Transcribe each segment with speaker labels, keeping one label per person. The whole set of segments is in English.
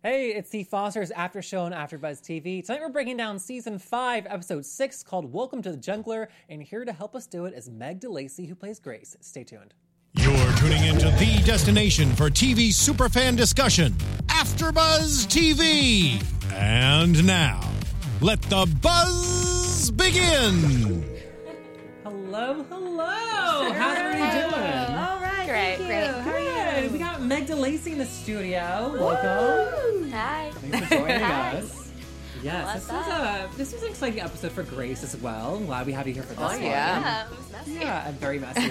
Speaker 1: Hey, it's the Foster's After Show on AfterBuzz TV. Tonight we're breaking down Season 5, Episode 6, called Welcome to the Jungler, and here to help us do it is Meg DeLacy, who plays Grace. Stay tuned.
Speaker 2: You're tuning into the destination for TV superfan discussion, AfterBuzz TV. And now, let the buzz begin.
Speaker 1: Hello, hello! How's everybody
Speaker 3: All right.
Speaker 4: Great,
Speaker 3: thank
Speaker 4: great.
Speaker 3: you. How are you?
Speaker 1: doing? Good. We got Meg DeLacy in the studio. Welcome.
Speaker 4: Hi.
Speaker 1: Thanks for joining
Speaker 4: Hi.
Speaker 1: us. Yes, this was,
Speaker 4: What's
Speaker 1: a, this was an exciting episode for Grace as well. I'm glad we have you here for this one.
Speaker 4: Oh, Yeah, it was messy.
Speaker 1: Yeah, a very messy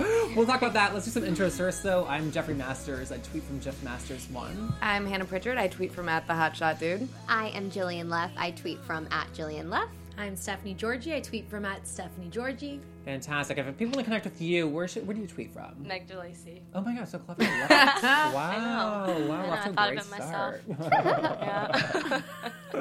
Speaker 1: one. we'll talk about that. Let's do some intros first, though. I'm Jeffrey Masters. I tweet from Jeff Masters one.
Speaker 3: I'm Hannah Pritchard. I tweet from at the Hotshot Dude.
Speaker 4: I am Jillian Leff. I tweet from at Jillian Leff.
Speaker 5: I'm Stephanie Georgie. I tweet from at Stephanie Georgie.
Speaker 1: Fantastic. If people want to connect with you, where should, where do you tweet from?
Speaker 4: Meg DeLacy.
Speaker 1: Oh my god, so clever! I love it. wow,
Speaker 4: I know.
Speaker 1: wow,
Speaker 4: I know,
Speaker 1: off to
Speaker 4: I
Speaker 1: a
Speaker 4: thought
Speaker 1: great
Speaker 4: of it myself.
Speaker 1: start.
Speaker 4: Yeah.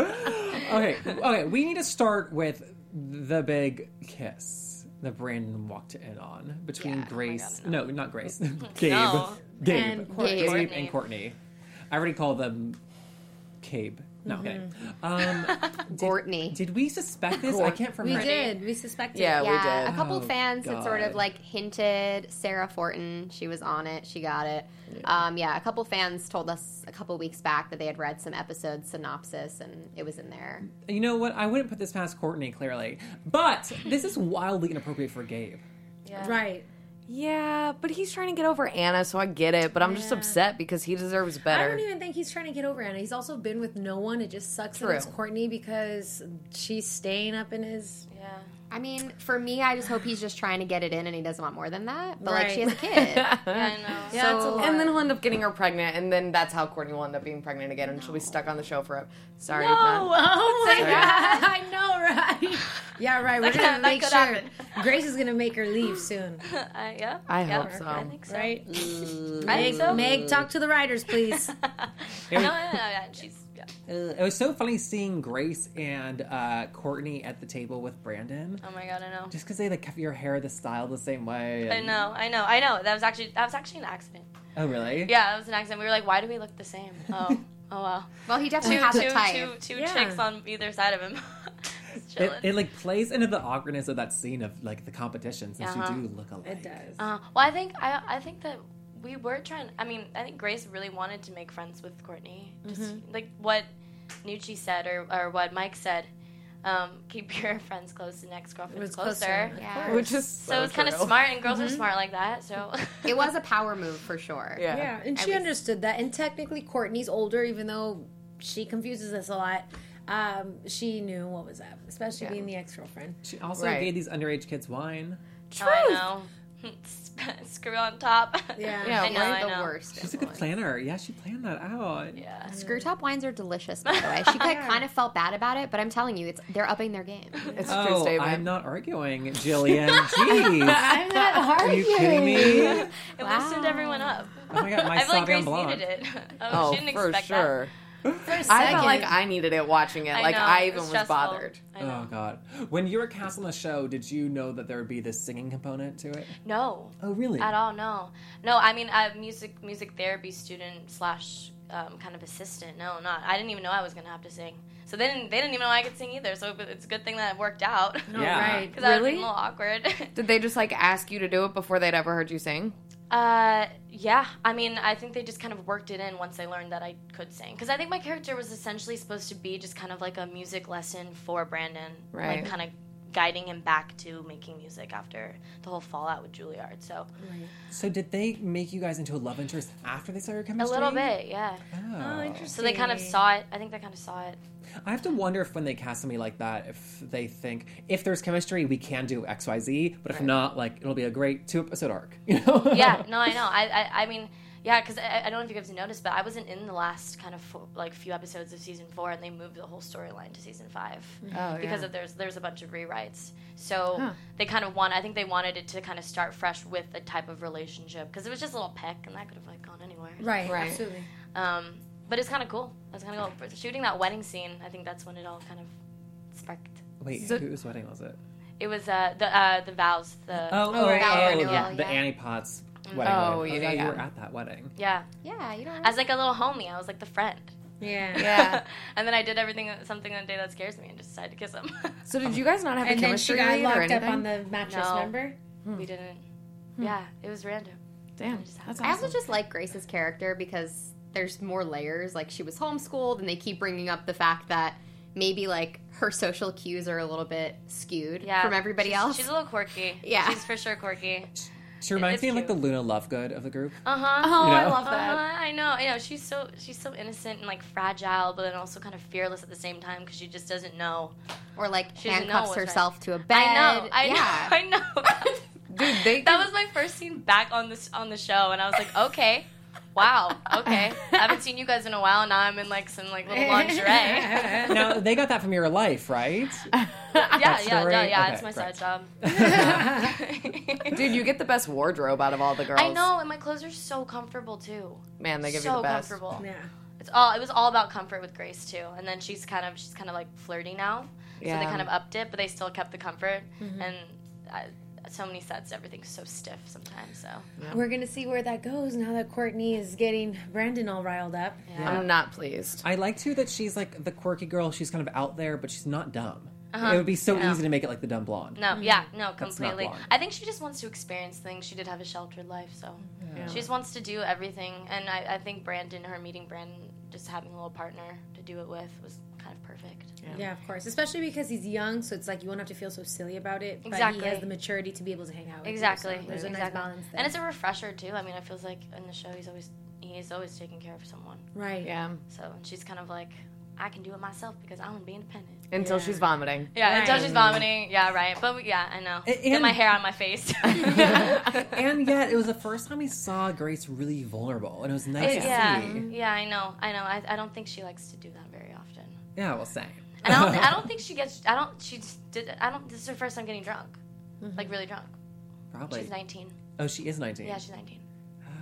Speaker 1: okay, okay, we need to start with the big kiss that Brandon walked in on between
Speaker 4: Yeah, oh my
Speaker 1: Grace.
Speaker 4: God,
Speaker 1: no. not Grace. Gabe.
Speaker 4: No.
Speaker 1: Gabe.
Speaker 5: And Courtney.
Speaker 1: Gabe
Speaker 4: Courtney.
Speaker 1: and Courtney. I already called them Cabe. No, I'm kidding.
Speaker 4: Mm-hmm.
Speaker 1: Um,
Speaker 4: Courtney.
Speaker 1: did we suspect this? I can't
Speaker 5: We
Speaker 1: remember.
Speaker 5: did. We suspected.
Speaker 3: Yeah, we
Speaker 4: yeah,
Speaker 3: did.
Speaker 4: a couple
Speaker 1: Oh,
Speaker 4: fans had sort
Speaker 1: God.
Speaker 4: of like hinted Sarah Fortin. She was on it. She got it. Yeah. Um, yeah, a couple fans told us a couple weeks back that they had read some episode synopsis and it was in there.
Speaker 1: You know what? I wouldn't put this past Courtney, clearly. But this is wildly inappropriate for Gabe.
Speaker 5: Right.
Speaker 3: Yeah, but he's trying to get over Anna, so I get it. But I'm just
Speaker 5: Yeah.
Speaker 3: upset because he deserves better.
Speaker 5: I don't even think he's trying to get over Anna. He's also been with no one. It just sucks
Speaker 3: True.
Speaker 5: that it's Courtney because she's staying up in his.
Speaker 4: Yeah. I mean, for me, I just hope he's just trying to get it in and he doesn't want more than that. But like, she has
Speaker 5: Right.
Speaker 4: a kid.
Speaker 3: yeah,
Speaker 4: know.
Speaker 5: Yeah, it's a lot.
Speaker 3: and then he'll end up getting her pregnant, and then that's how Courtney will end up being pregnant again, and she'll be stuck on the show forever. Sorry.
Speaker 5: Oh,
Speaker 3: Matt.
Speaker 5: oh my
Speaker 3: Sorry.
Speaker 5: god! I know, right? Yeah, right. We're gonna
Speaker 4: that
Speaker 5: make
Speaker 4: could
Speaker 5: sure
Speaker 4: happen.
Speaker 5: Grace is gonna make her leave soon,
Speaker 4: Uh, yeah.
Speaker 3: I hope so.
Speaker 5: right?
Speaker 4: I
Speaker 5: Meg,
Speaker 4: think so.
Speaker 5: Meg, talk to the writers, please.
Speaker 1: It was,
Speaker 4: yeah, she's yeah.
Speaker 1: Uh, it was so funny seeing Grace and uh, Courtney at the table with Brandon.
Speaker 6: Oh my god, I know.
Speaker 1: Just because they like have your hair the style the same way.
Speaker 6: I
Speaker 1: and-
Speaker 6: know, I know, I know. That was actually that was actually an accident.
Speaker 1: Oh, really?
Speaker 6: Yeah, that was an accident. We were like, why do we look the same? Oh, oh wow.
Speaker 4: Well, he
Speaker 6: Two,
Speaker 4: definitely has
Speaker 6: two-
Speaker 4: a type.
Speaker 6: two- two
Speaker 5: Yeah.
Speaker 6: chicks on either side of him. It's
Speaker 1: It,
Speaker 6: chillin'.
Speaker 1: it like plays into the awkwardness of that scene of like the competition since
Speaker 6: Uh-huh.
Speaker 1: you do look alike.
Speaker 5: It does.
Speaker 6: uh, well, I think I I think that we were trying. I mean, I think Grace really wanted to make friends with Courtney. Just like what Nucci said or or what Mike said. Um, keep your friends close, the next
Speaker 5: It
Speaker 6: girlfriend's
Speaker 5: was
Speaker 6: closer.
Speaker 5: closer.
Speaker 4: Yeah.
Speaker 3: Which is
Speaker 6: So,
Speaker 3: so,
Speaker 6: it's kind of
Speaker 3: true.
Speaker 6: smart, and girls are smart like that. So
Speaker 4: It was a power move for sure.
Speaker 3: Yeah.
Speaker 5: Yeah, and
Speaker 4: At
Speaker 5: she
Speaker 4: least-
Speaker 5: understood that. And technically, Courtney's older, even though she confuses us a lot. Um, she knew what was up, especially being the ex girlfriend.
Speaker 1: She also
Speaker 3: Right.
Speaker 1: gave these underage kids wine.
Speaker 6: Oh, I know. Screw on top.
Speaker 5: Yeah.
Speaker 3: Yeah,
Speaker 6: I know,
Speaker 4: Wine
Speaker 6: I
Speaker 4: the
Speaker 6: know.
Speaker 4: worst.
Speaker 1: She's a good
Speaker 4: influence.
Speaker 1: planner. Yeah, she planned that out.
Speaker 6: Yeah.
Speaker 4: Screw top wines are delicious, by the way. She like, kind of felt bad about it, but I'm telling you, it's they're upping their game.
Speaker 3: It's a true
Speaker 1: Oh,
Speaker 3: statement.
Speaker 1: I'm not arguing, Jillian. Jeez.
Speaker 5: I'm not
Speaker 1: Are
Speaker 5: hard.
Speaker 1: you kidding me?
Speaker 6: It loosened everyone up.
Speaker 1: Oh my god, my
Speaker 6: I feel like
Speaker 1: Sauvignon
Speaker 6: Grace
Speaker 1: Blanc.
Speaker 6: needed it. oh,
Speaker 3: Oh,
Speaker 6: she didn't
Speaker 3: for
Speaker 6: expect
Speaker 3: sure.
Speaker 5: For a second.
Speaker 3: I felt like I needed it watching it.
Speaker 6: that.
Speaker 3: like
Speaker 6: know,
Speaker 3: I
Speaker 6: it
Speaker 3: even was
Speaker 6: stressful.
Speaker 3: bothered.
Speaker 6: I know.
Speaker 1: Oh god. When you were cast on the show, did you know that there would be this singing component to it?
Speaker 6: No,
Speaker 1: Oh really?
Speaker 6: at all. No, no. I mean, a music music therapy student slash um, kind of assistant. No, not. I didn't even know I was gonna have to sing. So they didn't. They didn't even know I could sing either. So it's a good thing that it worked out.
Speaker 5: No,
Speaker 1: Yeah.
Speaker 5: right.
Speaker 6: Because I would have
Speaker 3: Really?
Speaker 6: been a little awkward.
Speaker 3: Did they just like ask you to do it before they'd ever heard you sing?
Speaker 6: Uh, yeah. I mean, I think they just kind of worked it in once they learned that I could sing. Because I think my character was essentially supposed to be just kind of like a music lesson for Brandon.
Speaker 3: Right.
Speaker 6: Like, kind of guiding him back to making music after the whole fallout with Juilliard. So,
Speaker 1: So did they make you guys into a love interest after they saw your
Speaker 6: a
Speaker 1: chemistry?
Speaker 6: little bit, yeah.
Speaker 1: Oh.
Speaker 5: interesting.
Speaker 6: So they kind of saw it. I think they kind of saw it.
Speaker 1: I have to wonder if when they cast somebody like that, if they think if there's chemistry, we can do X Y Z, but if not, like it'll be a great two episode arc. You know?
Speaker 6: Yeah, no, I know. I, I, I mean, yeah, because I, I don't know if you guys noticed, but I wasn't in the last kind of fo- like few episodes of season four, and they moved the whole storyline to season five
Speaker 3: Oh,
Speaker 6: because
Speaker 3: yeah.
Speaker 6: of there's there's a bunch of rewrites. So
Speaker 3: Huh.
Speaker 6: they kind of want. I think they wanted it to kind of start fresh with a type of relationship because it was just a little peck, and that could have like gone anywhere.
Speaker 5: Right,
Speaker 3: Right.
Speaker 5: absolutely.
Speaker 6: Um, but it's kind of cool. That's kind of cool. For shooting that wedding scene, I think that's when it all kind of sparked.
Speaker 1: Wait,
Speaker 3: So-
Speaker 1: whose wedding was it?
Speaker 6: It was uh, the uh, the vows. The
Speaker 1: Oh,
Speaker 5: right.
Speaker 4: Val
Speaker 1: the,
Speaker 4: Renewal,
Speaker 1: the
Speaker 4: yeah.
Speaker 1: Annie Potts wedding.
Speaker 3: Oh,
Speaker 1: wedding.
Speaker 3: yeah,
Speaker 1: yeah, you were
Speaker 3: yeah.
Speaker 1: at that wedding.
Speaker 6: Yeah.
Speaker 4: Yeah, you don't.
Speaker 6: As like a little homie, I was like the friend.
Speaker 5: Yeah.
Speaker 3: Yeah.
Speaker 6: and then I did everything something that day that scares me and just decided to kiss him.
Speaker 3: So did you guys not have
Speaker 5: And
Speaker 3: a
Speaker 5: then she
Speaker 3: chemistry
Speaker 5: got
Speaker 3: read or
Speaker 5: locked up
Speaker 3: anything?
Speaker 5: on the mattress,
Speaker 6: No.
Speaker 5: remember?
Speaker 6: we didn't. Yeah, it was random.
Speaker 3: Damn,
Speaker 6: just
Speaker 3: that's
Speaker 4: I also
Speaker 3: awesome.
Speaker 4: just like Grace's character because there's more layers. Like she was homeschooled, and they keep bringing up the fact that maybe like her social cues are a little bit skewed
Speaker 6: Yeah.
Speaker 4: from everybody
Speaker 6: She's-
Speaker 4: else.
Speaker 6: She's a little quirky.
Speaker 4: Yeah.
Speaker 6: She's for sure quirky.
Speaker 1: She reminds
Speaker 6: it's
Speaker 1: me of like the
Speaker 6: cute.
Speaker 1: Luna Lovegood of the group.
Speaker 6: Uh huh.
Speaker 3: Oh,
Speaker 1: You
Speaker 3: I
Speaker 1: know?
Speaker 3: love that.
Speaker 6: Uh-huh, I know. You know, she's so she's so innocent and like fragile, but then also kind of fearless at the same time because she just doesn't know.
Speaker 4: or like
Speaker 6: She doesn't know
Speaker 4: handcuffs
Speaker 6: what's right.
Speaker 4: herself to a bed.
Speaker 6: I know. I
Speaker 4: yeah.
Speaker 6: know. I know.
Speaker 3: Dude, they
Speaker 6: that was my first scene back on this on the show, and I was like, okay, wow, okay. I haven't seen you guys in a while, and now I'm in like some like little lingerie. yeah,
Speaker 1: Now they got that from your life, right?
Speaker 6: yeah,
Speaker 1: That's
Speaker 6: yeah,
Speaker 1: the
Speaker 6: yeah,
Speaker 1: right-
Speaker 6: It's my
Speaker 1: okay,
Speaker 6: side job.
Speaker 3: Dude, you get the best wardrobe out of all the girls.
Speaker 6: I know, and my clothes are so comfortable too.
Speaker 3: Man, they give
Speaker 6: so
Speaker 3: you the best.
Speaker 6: comfortable.
Speaker 5: Yeah.
Speaker 6: It's all it was all about comfort with Grace too, and then she's kind of she's kind of like flirty now, so
Speaker 3: Yeah.
Speaker 6: they kind of upped it, but they still kept the comfort
Speaker 1: Mm-hmm.
Speaker 6: and. I, so many sets, everything's so stiff sometimes. So
Speaker 3: Mm-hmm.
Speaker 5: We're gonna see where that goes now that Courtney is getting Brandon all riled up.
Speaker 3: I'm not pleased.
Speaker 1: I like too that she's like the quirky girl. She's kind of out there, but she's not dumb. It would be so easy to make it like the dumb blonde.
Speaker 6: No, yeah,
Speaker 1: That's
Speaker 6: no,
Speaker 1: not
Speaker 6: completely.
Speaker 1: blonde.
Speaker 6: I think she just wants to experience things. She did have a sheltered life, so she just wants to do everything. And I, I think Brandon, her meeting Brandon, just having a little partner to do it with was kind of perfect.
Speaker 5: Yeah, of course. Especially because he's young, so it's like you won't have to feel so silly about it. But
Speaker 6: Exactly.
Speaker 5: he has the maturity to be able to hang out with you,
Speaker 6: Exactly.
Speaker 5: so there's a nice
Speaker 6: exactly.
Speaker 5: balance there.
Speaker 6: And it's a refresher too. I mean, it feels like in the show he's always he is always taking care of someone.
Speaker 5: right.
Speaker 3: Yeah.
Speaker 6: So and she's kind of like, I can do it myself because I want to be independent.
Speaker 3: Until she's vomiting.
Speaker 6: Yeah, until
Speaker 5: Right.
Speaker 6: she's vomiting. Yeah, right. But yeah, I know.
Speaker 1: A-
Speaker 6: Get my
Speaker 1: and-
Speaker 6: hair on my face.
Speaker 1: And yet, it was the first time we saw Grace really vulnerable, and it was nice to
Speaker 6: yeah,
Speaker 1: see.
Speaker 6: yeah, I know, I know. I, I don't think she likes to do that very often.
Speaker 1: Yeah, we'll say.
Speaker 6: And I don't, I don't think she gets. I don't. She just did. I don't. This is her first time getting drunk,
Speaker 5: Mm-hmm.
Speaker 6: like really drunk.
Speaker 1: Probably.
Speaker 6: She's 19.
Speaker 1: Oh, she is 19.
Speaker 6: Yeah, she's 19.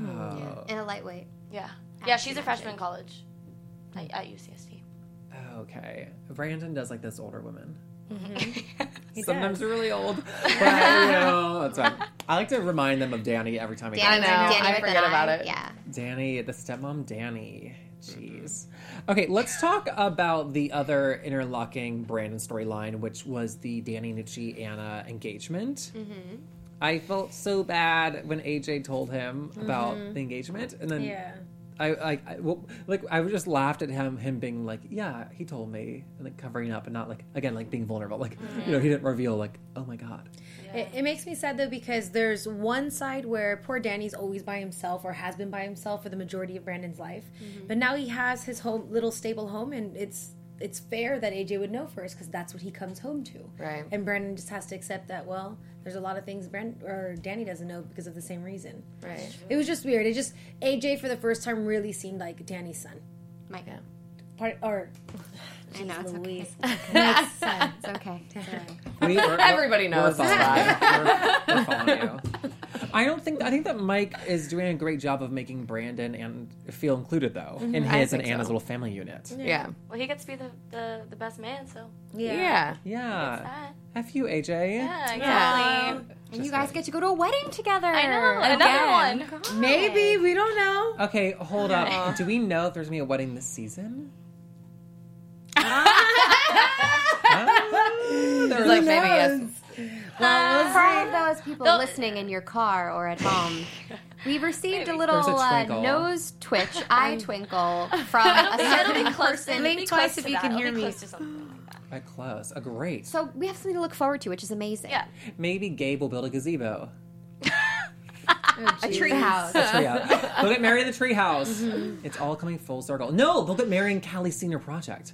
Speaker 1: oh.
Speaker 4: In a lightweight.
Speaker 6: Yeah, yeah. She's a freshman in college, at, at UCSD.
Speaker 1: Okay. Brandon does like this older women.
Speaker 6: Mm-hmm.
Speaker 5: He
Speaker 1: Sometimes
Speaker 5: does.
Speaker 1: they're really old. But, you know, that's fine. I like to remind them of Danny every time we
Speaker 4: Danny,
Speaker 1: go.
Speaker 3: know.
Speaker 4: Danny
Speaker 3: I
Speaker 4: with an
Speaker 3: forget
Speaker 4: eye.
Speaker 3: about it.
Speaker 4: Yeah.
Speaker 1: Danny, the stepmom Danny. Jeez. Okay, let's talk about the other interlocking Brandon storyline, which was the Danny Nucci Anna engagement. I felt so bad when AJ told him about the engagement, and then
Speaker 5: Yeah.
Speaker 1: I like I, well, like I was just laughed at him him being like yeah he told me and like covering up and not like again like being vulnerable like you know he didn't reveal like oh my god
Speaker 5: It, it makes me sad though because there's one side where poor Danny's always by himself or has been by himself for the majority of Brandon's life,
Speaker 3: Mm-hmm.
Speaker 5: but now he has his home, little stable home, and it's it's fair that AJ would know first because that's what he comes home to.
Speaker 3: Right.
Speaker 5: And Brandon just has to accept that. Well, there's a lot of things Brand or Danny doesn't know because of the same reason.
Speaker 3: Right.
Speaker 5: It was just weird. It just AJ for the first time really seemed like Danny's son.
Speaker 4: Mike.
Speaker 5: Part or
Speaker 4: I know it's okay.
Speaker 5: Louise. Makes sense.
Speaker 4: It's okay.
Speaker 1: We- we're- we're-
Speaker 3: Everybody knows
Speaker 1: we're following
Speaker 3: this
Speaker 1: you. We're- we're following you. I don't think I think that Mike is doing a great job of making Brandon and feel included though in his and
Speaker 3: think
Speaker 1: Anna's
Speaker 3: so.
Speaker 1: little family unit
Speaker 3: Yeah.
Speaker 6: Well, he gets to be the the, the best man, so
Speaker 3: Yeah.
Speaker 1: yeah
Speaker 6: that.
Speaker 1: f you AJ
Speaker 6: Yeah,
Speaker 3: Yeah.
Speaker 6: exactly.
Speaker 4: And you guys get to go to a wedding together.
Speaker 6: I know. Another one.
Speaker 5: Maybe we don't know.
Speaker 1: okay hold up do we know if there's gonna be a wedding this season. Ah, there's
Speaker 3: Like, maybe yes.
Speaker 4: For those people listening in your car or at home, we received a little
Speaker 1: There's a
Speaker 4: uh,
Speaker 1: twinkle.
Speaker 4: nose twitch, eye twinkle from a certain person.
Speaker 6: It'll be
Speaker 4: Blink
Speaker 6: close
Speaker 4: twice
Speaker 6: to
Speaker 4: if you
Speaker 6: that.
Speaker 4: can
Speaker 6: It'll
Speaker 4: hear
Speaker 6: be
Speaker 4: me.
Speaker 6: Close to something like that.
Speaker 1: Quite close. A great.
Speaker 4: So we have something to look forward to, which is amazing.
Speaker 6: Yeah.
Speaker 1: Maybe Gabe will build a gazebo.
Speaker 5: Oh,
Speaker 4: A tree house.
Speaker 1: Tree house. they'll get married in the treehouse. It's all coming full circle. No, they'll get married in Callie's senior project.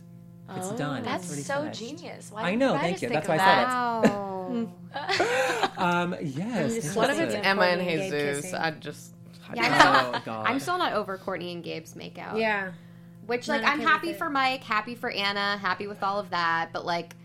Speaker 1: It's done.
Speaker 6: That's
Speaker 1: it's
Speaker 6: so
Speaker 1: already finished.
Speaker 6: genius. Why?
Speaker 1: I know,
Speaker 6: why
Speaker 1: thank
Speaker 6: just
Speaker 1: you.
Speaker 6: think
Speaker 1: That's why
Speaker 6: of
Speaker 1: I said it.
Speaker 6: that?
Speaker 4: Wow.
Speaker 1: Um, yes.
Speaker 3: What if it's
Speaker 1: interesting.
Speaker 5: Yeah.
Speaker 3: Emma and
Speaker 5: Courtney and Gabe
Speaker 3: Jesus?
Speaker 5: kissing.
Speaker 3: I just.
Speaker 4: Yeah, I'm still-
Speaker 1: Oh god.
Speaker 4: I'm still not over Courtney and Gabe's makeout.
Speaker 5: Yeah.
Speaker 4: Which, like,
Speaker 5: Not
Speaker 4: I'm
Speaker 5: okay with
Speaker 4: happy
Speaker 5: it.
Speaker 4: for Mike, happy for Anna, happy with all of that, but, like,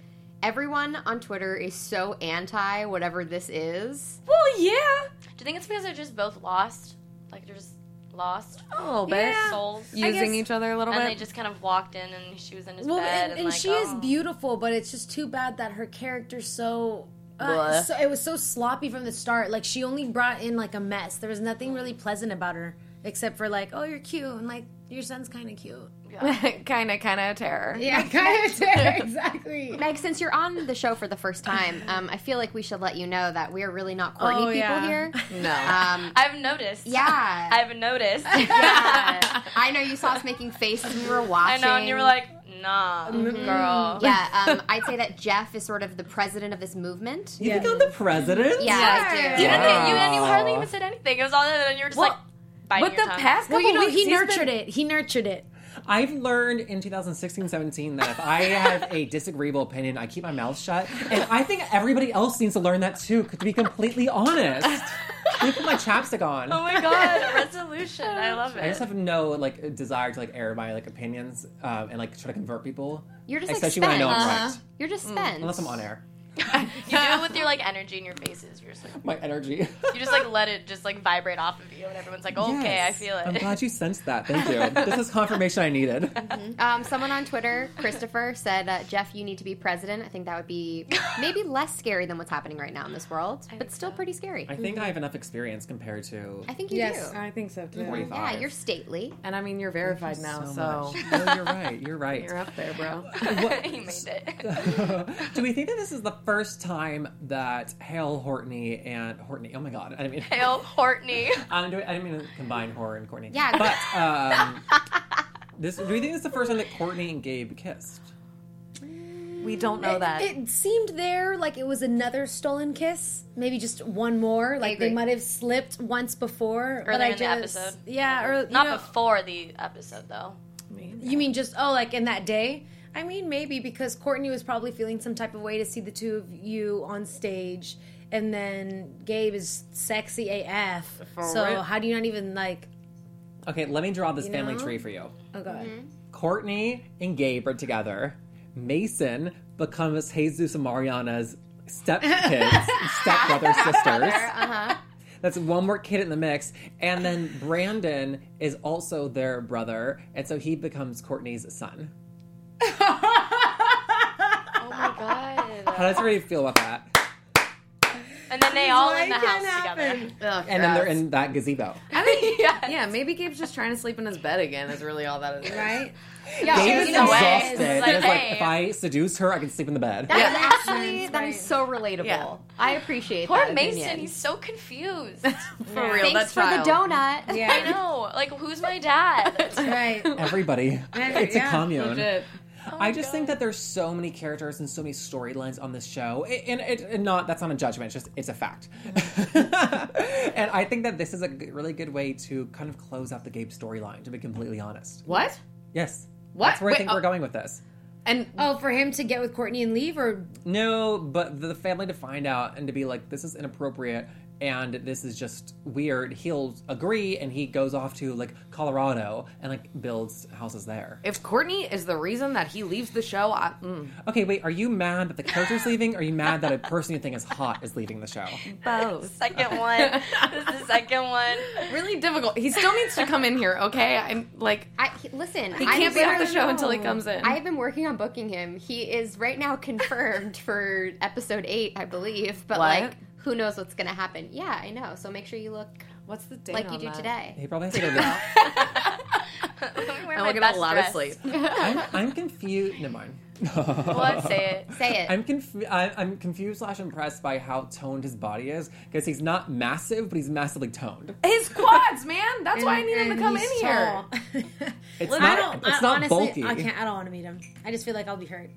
Speaker 4: everyone on Twitter is so anti whatever this is.
Speaker 5: Well, yeah.
Speaker 6: Do you think it's because they're just both lost? Like they're just lost.
Speaker 3: a little bit.
Speaker 5: Yeah.
Speaker 6: Souls.
Speaker 3: Using each other a little
Speaker 6: and
Speaker 3: bit.
Speaker 6: they just kind of walked in and she was in his
Speaker 5: Well,
Speaker 6: bed
Speaker 5: and,
Speaker 6: and,
Speaker 5: and
Speaker 6: like,
Speaker 5: she
Speaker 6: oh.
Speaker 5: is beautiful, but it's just too bad that her character's so Uh, so it was so sloppy from the start. Like she only brought in like a mess. There was nothing really pleasant about her, except for like, oh, you're cute, and like your son's kind of cute.
Speaker 3: kind of, kind of terror.
Speaker 5: Yeah, kind of exactly.
Speaker 4: Meg, since you're on the show for the first time, um, I feel like we should let you know that we're really not Courtney
Speaker 5: Oh,
Speaker 4: people
Speaker 5: yeah.
Speaker 4: here.
Speaker 3: No.
Speaker 4: Um,
Speaker 6: I've noticed.
Speaker 4: Yeah.
Speaker 6: I've noticed.
Speaker 4: yeah. I know you saw us making faces when we were
Speaker 6: I
Speaker 4: watching.
Speaker 6: know, and you were like, nah, girl.
Speaker 4: yeah, um, I'd say that Jeff is sort of the president of this movement.
Speaker 1: You think I'm the president?
Speaker 4: Yeah, I do.
Speaker 6: You, didn't, you,
Speaker 1: Wow.
Speaker 6: and you hardly even said anything. It was all that, and you were just
Speaker 3: Well,
Speaker 6: like, biting
Speaker 3: But the
Speaker 6: your tongue.
Speaker 3: past couple
Speaker 5: Well, you know,
Speaker 3: weeks,
Speaker 5: he
Speaker 3: he's been-
Speaker 5: nurtured it. He nurtured it.
Speaker 1: I've learned in 2016 17 that if I have a disagreeable opinion, I keep my mouth shut. And I think everybody else needs to learn that too, to be completely honest. Let me put my chapstick on.
Speaker 6: Oh my god, resolution. I love it.
Speaker 1: I just have no like desire to like air my like opinions um, and like try to convert people.
Speaker 4: You're just Uh-huh.
Speaker 1: especially when I know I'm
Speaker 4: expensed.
Speaker 1: right,
Speaker 4: You're just spent.
Speaker 1: unless I'm on air.
Speaker 6: You do it with your like energy and your faces. You're just like,
Speaker 1: My energy.
Speaker 6: you just like let it just like vibrate off of you, and everyone's like, okay, I
Speaker 1: Yes.
Speaker 6: feel it.
Speaker 1: I'm glad you sensed that. Thank you. This is confirmation I needed.
Speaker 4: Um, someone on Twitter, Christopher, said, uh, Jeff, you need to be president. I think that would be maybe less scary than what's happening right now in this world, but still pretty scary.
Speaker 1: I think I have enough experience compared to
Speaker 4: I think you do.
Speaker 5: I think so too.
Speaker 1: 45.
Speaker 4: Yeah, you're stately.
Speaker 3: And I mean, you're verified now, so,
Speaker 1: much. No, you're right. You're right.
Speaker 3: you're up there, bro.
Speaker 6: you made it.
Speaker 1: Do we think that this is the first time that Hale Hortney and Hortney? Oh my God! I mean,
Speaker 6: Hail Hortney.
Speaker 1: I don't, do- I didn't mean to combine horror and Courtney.
Speaker 4: Yeah.
Speaker 1: but um, this. Do we think it's the first time that Courtney and Gabe kissed?
Speaker 3: We don't know that.
Speaker 5: It seemed there like it was another stolen kiss, maybe just one more. Like they
Speaker 4: agree.
Speaker 5: might have slipped once before. but
Speaker 6: Earlier
Speaker 5: I
Speaker 6: in the
Speaker 5: just-
Speaker 6: episode.
Speaker 5: Yeah, or you
Speaker 6: Not
Speaker 5: know-
Speaker 6: before the episode though.
Speaker 5: You mean just oh, like in that day? I mean, maybe because Courtney was probably feeling some type of way to see the two of you on stage, and then Gabe is sexy AF. so
Speaker 1: real.
Speaker 5: how do you not even like?
Speaker 1: Okay, let me draw this family
Speaker 5: know?
Speaker 1: tree for you.
Speaker 5: Oh god,
Speaker 1: Courtney and Gabe are together. Mason becomes Jesus and Mariana's step kids, stepbrother sisters.
Speaker 6: Uh-huh.
Speaker 1: That's one more kid in the mix. And then Brandon is also their brother. And so he becomes Courtney's son.
Speaker 6: Oh my god.
Speaker 1: How does everybody feel about that?
Speaker 6: And then they all
Speaker 5: Why
Speaker 6: in the
Speaker 5: can't
Speaker 6: house
Speaker 5: happen?
Speaker 6: together.
Speaker 1: And then they're in that gazebo.
Speaker 3: I think,
Speaker 6: Yes.
Speaker 3: yeah, maybe Gabe's just trying to sleep in his bed again. Is really all that it is,
Speaker 5: right?
Speaker 1: Gabe is
Speaker 6: in a way,
Speaker 1: exhausted.
Speaker 6: it's like,
Speaker 1: He's like,
Speaker 6: hey.
Speaker 1: if I seduce her, I can sleep in the bed.
Speaker 4: That is actually, that is so relatable.
Speaker 3: Yeah.
Speaker 4: I appreciate
Speaker 6: Poor
Speaker 4: that
Speaker 6: Mason,
Speaker 4: opinion.
Speaker 6: he's so confused.
Speaker 3: For real,
Speaker 4: Thanks
Speaker 3: that
Speaker 4: for the
Speaker 3: child.
Speaker 4: donut.
Speaker 6: I know. Like who's my dad?
Speaker 5: right.
Speaker 1: Everybody. It's a
Speaker 5: yeah,
Speaker 1: commune.
Speaker 3: Legit. Oh
Speaker 1: I just think that there's so many characters and so many storylines on this show, A- and it and not that's not a judgment. It's just it's a fact.
Speaker 3: Mm-hmm.
Speaker 1: and I think that this is a g- really good way to kind of close out the Gabe storyline. To be completely honest,
Speaker 3: What?
Speaker 1: yes,
Speaker 3: What?
Speaker 1: that's where I
Speaker 3: Wait,
Speaker 1: think
Speaker 3: oh.
Speaker 1: we're going with this.
Speaker 3: And
Speaker 5: Oh, for him to get with Courtney and leave, or
Speaker 1: No, but the family to find out and to be like, this is inappropriate and this is just weird. He'll agree, and he goes off to like Colorado and like builds houses there.
Speaker 3: if Courtney is the reason that he leaves the show, I, mm.
Speaker 1: Okay, wait, are you mad that the character's leaving? Or are you mad that a person you think is hot is leaving the show?
Speaker 3: both.
Speaker 6: second one. This is the second one.
Speaker 3: Really difficult. He still needs to come in here, okay? I'm like,
Speaker 4: I, he- listen,
Speaker 3: he
Speaker 4: I'm
Speaker 3: can't be on
Speaker 4: very-
Speaker 3: the show until he comes in.
Speaker 4: I have been working on booking him. He is right now confirmed for episode eight, I believe. But
Speaker 3: What?
Speaker 4: like, who knows what's gonna happen? Yeah, I know. So make sure you look
Speaker 3: What's the date?
Speaker 4: like
Speaker 3: on
Speaker 4: you do
Speaker 3: that?
Speaker 4: today.
Speaker 1: He probably has to go to
Speaker 6: Let me wear
Speaker 3: And
Speaker 6: my
Speaker 3: we'll get
Speaker 6: best
Speaker 3: a lot
Speaker 6: dress.
Speaker 3: of sleep.
Speaker 1: I'm, I'm confused. Never mind.
Speaker 6: What? Say it.
Speaker 4: Say it.
Speaker 1: I'm confu- I- I'm confused slash impressed by how toned his body is because he's not massive, but he's massively toned.
Speaker 3: His quads, man. That's why I
Speaker 5: and-
Speaker 3: need him to
Speaker 5: and
Speaker 3: come in
Speaker 5: he's
Speaker 3: here.
Speaker 5: tall.
Speaker 1: It's
Speaker 5: I
Speaker 1: not.
Speaker 5: don't.
Speaker 1: it's
Speaker 5: I,
Speaker 1: not
Speaker 5: honestly,
Speaker 1: bulky.
Speaker 5: I can't. I don't want to meet him. I just feel like I'll be hurt.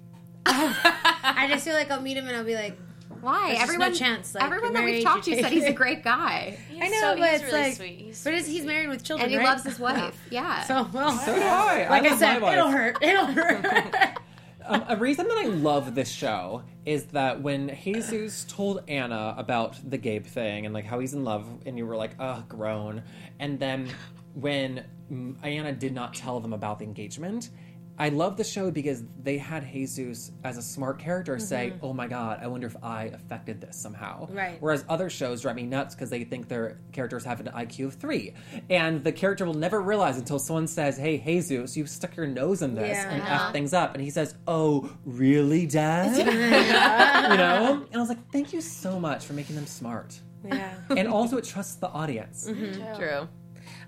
Speaker 5: I just feel like I'll meet him and I'll be like,
Speaker 4: Why?
Speaker 5: There's just no
Speaker 4: Everyone,
Speaker 5: chance, like,
Speaker 4: everyone
Speaker 5: you're
Speaker 4: that we've
Speaker 5: married,
Speaker 4: talked
Speaker 5: you
Speaker 4: to said
Speaker 5: take
Speaker 4: he's a
Speaker 5: it.
Speaker 4: great guy,
Speaker 6: He's
Speaker 5: I know,
Speaker 6: so,
Speaker 5: but
Speaker 6: he's
Speaker 5: it's
Speaker 6: really
Speaker 5: like,
Speaker 6: sweet. He's
Speaker 5: but
Speaker 6: super
Speaker 5: is he's
Speaker 6: sweet.
Speaker 5: married with children,
Speaker 4: and he
Speaker 5: right?
Speaker 4: loves his wife. Yeah.
Speaker 5: So well,
Speaker 1: So do I.
Speaker 5: like I,
Speaker 1: love
Speaker 5: said,
Speaker 1: my wife.
Speaker 5: it'll hurt. It'll hurt.
Speaker 1: Um, a reason that I love this show is that when Jesus told Anna about the Gabe thing and like how he's in love, and you were like, "Ugh, grown," and then when mm, Anna did not tell them about the engagement, I love the show because they had Jesus as a smart character say, "Oh my God, I wonder if I affected this somehow."
Speaker 5: Right.
Speaker 1: Whereas other shows drive me nuts because they think their characters have an IQ of three, and the character will never realize until someone says, "Hey, Jesus, you stuck your nose in this
Speaker 5: Yeah.
Speaker 1: and
Speaker 6: Uh-huh.
Speaker 1: f things up," and he says, "Oh, really, Dad?" you know. And I was like, "Thank you so much for making them smart."
Speaker 5: Yeah.
Speaker 1: and also, it trusts the audience.
Speaker 6: Mm-hmm.
Speaker 3: True.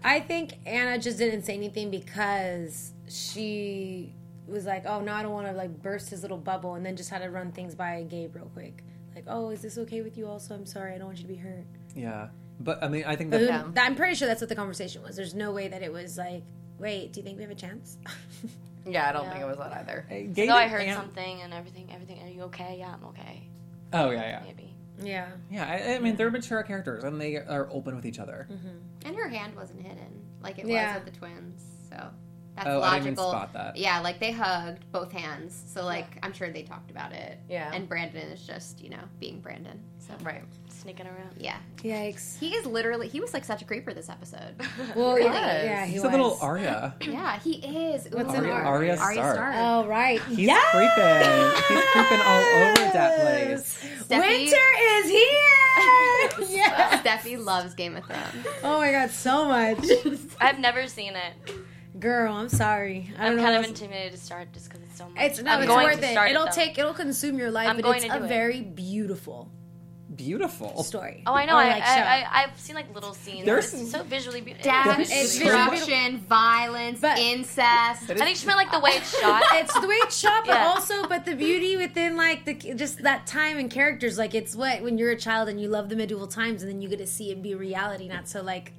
Speaker 5: I think Anna just didn't say anything because she was like, "Oh no, I don't want to like burst his little bubble," and then just had to run things by Gabe real quick. Like, "Oh, is this okay with you? Also, I'm sorry, I don't want you to be hurt."
Speaker 1: Yeah, but I mean, I think
Speaker 5: But
Speaker 1: that
Speaker 5: who- that- I'm pretty sure that's what the conversation was. There's no way that it was like, "Wait, do you think we have a chance?"
Speaker 3: Yeah, I don't think it was that either.
Speaker 1: Gabe
Speaker 6: No, I
Speaker 1: and
Speaker 6: heard
Speaker 1: Anne-
Speaker 6: something and everything. Everything. Are you okay? Yeah, I'm okay.
Speaker 1: Oh yeah, yeah,
Speaker 6: Maybe.
Speaker 5: yeah.
Speaker 1: yeah. I, I mean, they're mature characters and they are open with each other.
Speaker 6: Mm-hmm.
Speaker 4: And her hand wasn't hidden like it
Speaker 5: Yeah.
Speaker 4: was with the twins. So that's
Speaker 1: Oh, I
Speaker 4: logical.
Speaker 1: didn't even spot that.
Speaker 4: Yeah, like they hugged both hands. So like I'm sure they talked about it.
Speaker 3: Yeah.
Speaker 4: And Brandon is just, you know, being Brandon. So
Speaker 3: Right.
Speaker 6: Sneaking around.
Speaker 4: yeah.
Speaker 5: Yikes.
Speaker 4: He is literally he was like such a creeper this episode.
Speaker 5: Well,
Speaker 3: He
Speaker 5: yeah,
Speaker 3: was.
Speaker 5: yeah, he
Speaker 1: He's
Speaker 5: was.
Speaker 1: a little Arya.
Speaker 4: yeah, he is. Ooh,
Speaker 5: What's an
Speaker 1: Arya
Speaker 5: Arya-
Speaker 1: Stark.
Speaker 5: Oh right.
Speaker 1: He's creeping. He's creeping all over that place.
Speaker 4: Steffi-
Speaker 5: Winter is here. yeah.
Speaker 4: Steffi loves Game of Thrones.
Speaker 5: Oh my god, so much.
Speaker 6: I've never seen it.
Speaker 5: Girl, I'm sorry. I don't
Speaker 6: I'm
Speaker 5: know
Speaker 6: kind
Speaker 5: what
Speaker 6: of
Speaker 5: else-
Speaker 6: intimidated to start just because it's so much.
Speaker 5: It's no,
Speaker 6: I'm
Speaker 5: it's
Speaker 6: going
Speaker 5: worth
Speaker 6: to
Speaker 5: it.
Speaker 6: start
Speaker 5: It'll
Speaker 6: though.
Speaker 5: take, it'll consume your life,
Speaker 6: I'm
Speaker 5: but
Speaker 6: going
Speaker 5: it's
Speaker 6: to
Speaker 5: a
Speaker 6: do it.
Speaker 5: very beautiful
Speaker 1: Beautiful.
Speaker 5: story.
Speaker 6: Oh, I know.
Speaker 5: Or,
Speaker 6: I,
Speaker 5: like, show.
Speaker 6: I, I, I've seen like little scenes.
Speaker 1: There's-
Speaker 6: it's so visually beautiful.
Speaker 4: Death,
Speaker 5: it's
Speaker 4: destruction, violence,
Speaker 5: But-
Speaker 4: incest.
Speaker 6: I think she meant like the way it's shot.
Speaker 5: it's the way it's shot, but
Speaker 6: Yeah.
Speaker 5: also, but the beauty within like the just that time and characters. Like it's what when you're a child and you love the medieval times, and then you get to see it be reality, not so like,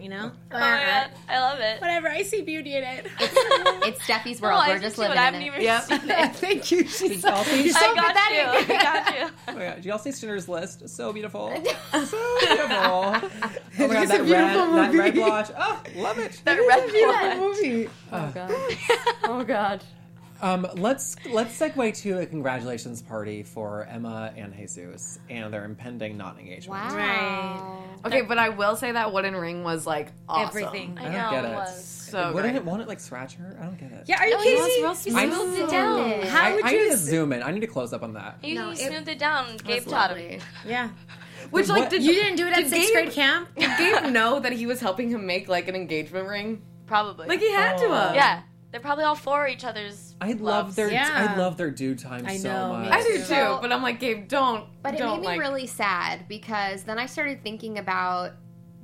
Speaker 5: you know.
Speaker 6: oh my god, I love it.
Speaker 5: Whatever, I see beauty in it.
Speaker 4: It's Steffi's
Speaker 6: Oh,
Speaker 4: world.
Speaker 6: I
Speaker 4: We're just
Speaker 6: see
Speaker 4: living
Speaker 6: what I haven't
Speaker 4: in it.
Speaker 6: even seen it.
Speaker 5: Thank you. She's so,
Speaker 1: Selfie.
Speaker 5: you're so
Speaker 6: I got
Speaker 5: pathetic.
Speaker 6: you. I got
Speaker 1: Oh
Speaker 6: you.
Speaker 1: my God. Did y'all see Schindler's List? So beautiful. So beautiful. Oh my God,
Speaker 5: It's
Speaker 1: that red,
Speaker 5: a beautiful
Speaker 1: that red
Speaker 5: movie.
Speaker 1: blush. Oh, love it.
Speaker 6: That red
Speaker 5: Beautiful
Speaker 6: one.
Speaker 5: movie.
Speaker 3: Oh god.
Speaker 1: Um, let's let's segue to a congratulations party for Emma and Jesus and their impending non-engagement.
Speaker 4: Wow.
Speaker 5: Right.
Speaker 3: Okay, but I will say that wooden ring was like awesome.
Speaker 5: Everything.
Speaker 6: I
Speaker 1: I
Speaker 6: know,
Speaker 1: don't get
Speaker 6: it
Speaker 1: it.
Speaker 6: was.
Speaker 3: So
Speaker 1: Wouldn't
Speaker 3: great.
Speaker 1: it want it like scratch her? I don't get it.
Speaker 5: Yeah, are you
Speaker 6: No, he
Speaker 5: kidding?
Speaker 6: was
Speaker 5: me?
Speaker 6: real smooth.
Speaker 1: I'm-
Speaker 4: Moved it down.
Speaker 5: How
Speaker 1: I,
Speaker 5: would
Speaker 1: I
Speaker 5: you
Speaker 1: need to
Speaker 5: s-
Speaker 1: zoom in. I need to close up on that.
Speaker 6: You,
Speaker 4: No,
Speaker 6: you
Speaker 4: it
Speaker 6: smoothed it down. Gabe taught
Speaker 3: Lovely.
Speaker 6: him.
Speaker 5: Yeah.
Speaker 3: Which
Speaker 1: What-
Speaker 3: like did
Speaker 5: You didn't do it at
Speaker 3: did
Speaker 5: sixth
Speaker 3: Gabe-
Speaker 5: grade camp?
Speaker 3: Did Gabe know that he was helping him make like an engagement ring?
Speaker 6: Probably.
Speaker 3: Like he had to have.
Speaker 6: yeah. They're probably all for each other's.
Speaker 1: I love
Speaker 6: loves.
Speaker 1: their
Speaker 5: Yeah.
Speaker 1: I love their due time
Speaker 5: I
Speaker 1: so
Speaker 5: know, me
Speaker 1: much.
Speaker 3: I do
Speaker 4: So-
Speaker 3: too, but I'm like Gabe, don't.
Speaker 4: But it
Speaker 3: don't,
Speaker 4: made me
Speaker 3: like,
Speaker 4: really sad because then I started thinking about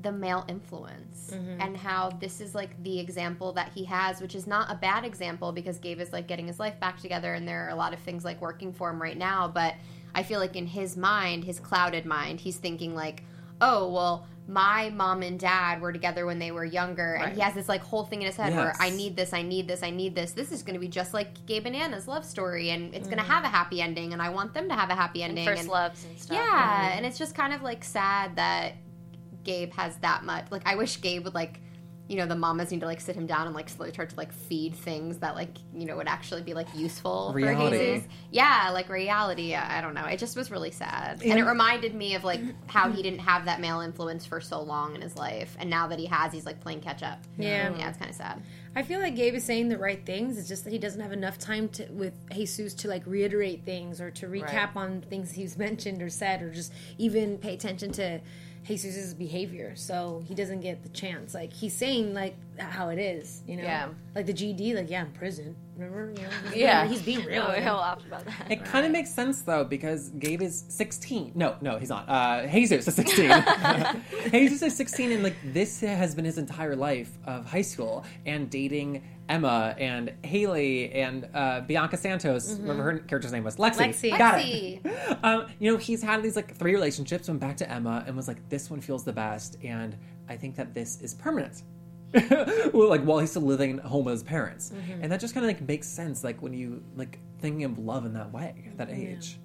Speaker 4: the male influence and how this is like the example that he has, which is not a bad example because Gabe is like getting his life back together and there are a lot of things like working for him right now. But I feel like in his mind, his clouded mind, he's thinking like, oh, well, my mom and dad were together when they were younger. And he has this like whole thing in his head where
Speaker 1: Yes.
Speaker 4: I need this, I need this, I need this. This is going to be just like Gabe and Anna's love story and it's going to have a happy ending and I want them to have a happy
Speaker 6: And
Speaker 4: ending.
Speaker 6: first
Speaker 4: and-
Speaker 6: loves and stuff.
Speaker 4: yeah, and it's just kind of like sad that Gabe has that much. Like, I wish Gabe would like, you know, the mamas need to like sit him down and like slowly start to like feed things that like you know would actually be like useful
Speaker 1: Reality.
Speaker 4: for Jesus. Yeah, like reality. I I don't know. It just was really sad, and it reminded me of like how he didn't have that male influence for so long in his life, and now that he has, he's like playing catch up.
Speaker 5: Yeah.
Speaker 4: yeah, it's kind of sad.
Speaker 5: I feel like Gabe is saying the right things. It's just that he doesn't have enough time to, with Jesus to like reiterate things or to recap
Speaker 3: Right.
Speaker 5: on things he's mentioned or said or just even pay attention to Jesus's behavior. So he doesn't get the chance. Like he's saying like how it is, you know.
Speaker 3: Yeah.
Speaker 5: Like the GD, like yeah, I'm in prison. Remember? You know, he's
Speaker 3: Yeah.
Speaker 5: being- he's being real.
Speaker 6: He'll laugh about that.
Speaker 1: It kind of makes sense though because Gabe is 16. No, no, he's not. Uh, Jesus is 16. Jesus is 16, and like this has been his entire life of high school and dating Emma and Haley and uh, Bianca Santos. Remember her character's name was Lexi.
Speaker 5: Lexi.
Speaker 1: Got it.
Speaker 4: See,
Speaker 1: Um, you know, he's had these like three relationships, went back to Emma and was like, this one feels the best, and I think that this is permanent. well, like while he's still living at home with his parents.
Speaker 5: Mm-hmm.
Speaker 1: And that just kinda like makes sense, like when you like thinking of love in that way, at that age.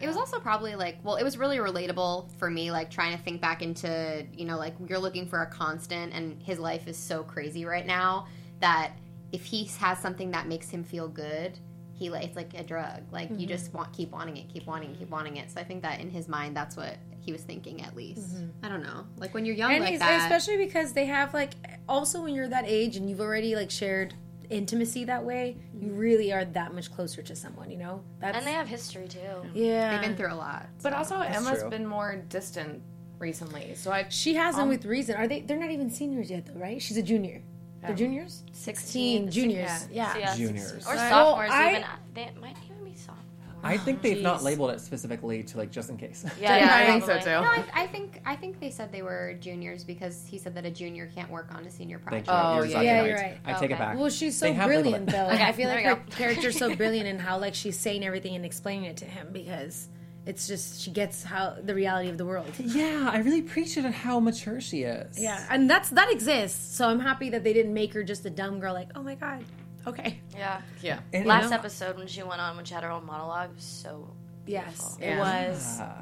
Speaker 4: It was also probably like, well, it was really relatable for me, like trying to think back into, you know, like you're looking for a constant and his life is so crazy right now that if he has something that makes him feel good, he like it's like a drug. Like you just want keep wanting it, keep wanting, it, keep wanting it. So I think that in his mind that's what he was thinking at least. I don't know. Like when you're young
Speaker 5: and
Speaker 4: like
Speaker 5: it's-
Speaker 4: that.
Speaker 5: especially because they have like also when you're that age and you've already like shared intimacy that way, you really are that much closer to someone. You know, that's
Speaker 6: And they have history too.
Speaker 5: yeah.
Speaker 4: They've been through a lot.
Speaker 3: But also, Emma's
Speaker 1: true.
Speaker 3: been more distant recently. So I
Speaker 5: She has them with reason. Are they? They're not even seniors yet, though, right? She's a junior. They're juniors.
Speaker 6: 16,
Speaker 5: juniors. Yeah.
Speaker 6: So, yeah,
Speaker 1: Juniors.
Speaker 6: 16
Speaker 1: Well,
Speaker 6: Or sophomores
Speaker 5: I-
Speaker 6: even. They might even be sophomores.
Speaker 1: I
Speaker 5: Oh,
Speaker 1: think they've not labeled it specifically to like just in case.
Speaker 6: Yeah,
Speaker 3: Yeah, I think so
Speaker 6: probably.
Speaker 3: too.
Speaker 4: No, I, I think I think they said they were juniors because he said that a junior can't work on a senior
Speaker 1: Thank
Speaker 4: project.
Speaker 1: you.
Speaker 3: Oh,
Speaker 1: you're
Speaker 3: yeah,
Speaker 1: exactly
Speaker 5: yeah,
Speaker 1: right.
Speaker 5: you're right.
Speaker 1: I take it
Speaker 6: Okay.
Speaker 1: back.
Speaker 5: Well, she's so
Speaker 1: They have labeled
Speaker 5: brilliant,
Speaker 1: it.
Speaker 5: though. Like,
Speaker 6: Okay,
Speaker 5: I feel
Speaker 6: there
Speaker 5: like
Speaker 6: we
Speaker 5: her
Speaker 6: go.
Speaker 5: character's so brilliant in how like she's saying everything and explaining it to him because it's just she gets how the reality of the world.
Speaker 1: Yeah, I really appreciated how mature she is.
Speaker 5: Yeah, and that's that exists. So I'm happy that they didn't make her just a dumb girl. Like, oh my god, okay,
Speaker 6: Yeah.
Speaker 3: yeah.
Speaker 1: And,
Speaker 6: Last
Speaker 1: you know,
Speaker 6: episode when she went on, when she had her own monologue, it was so.
Speaker 5: yes,
Speaker 6: Yeah.
Speaker 5: it was.
Speaker 1: yeah.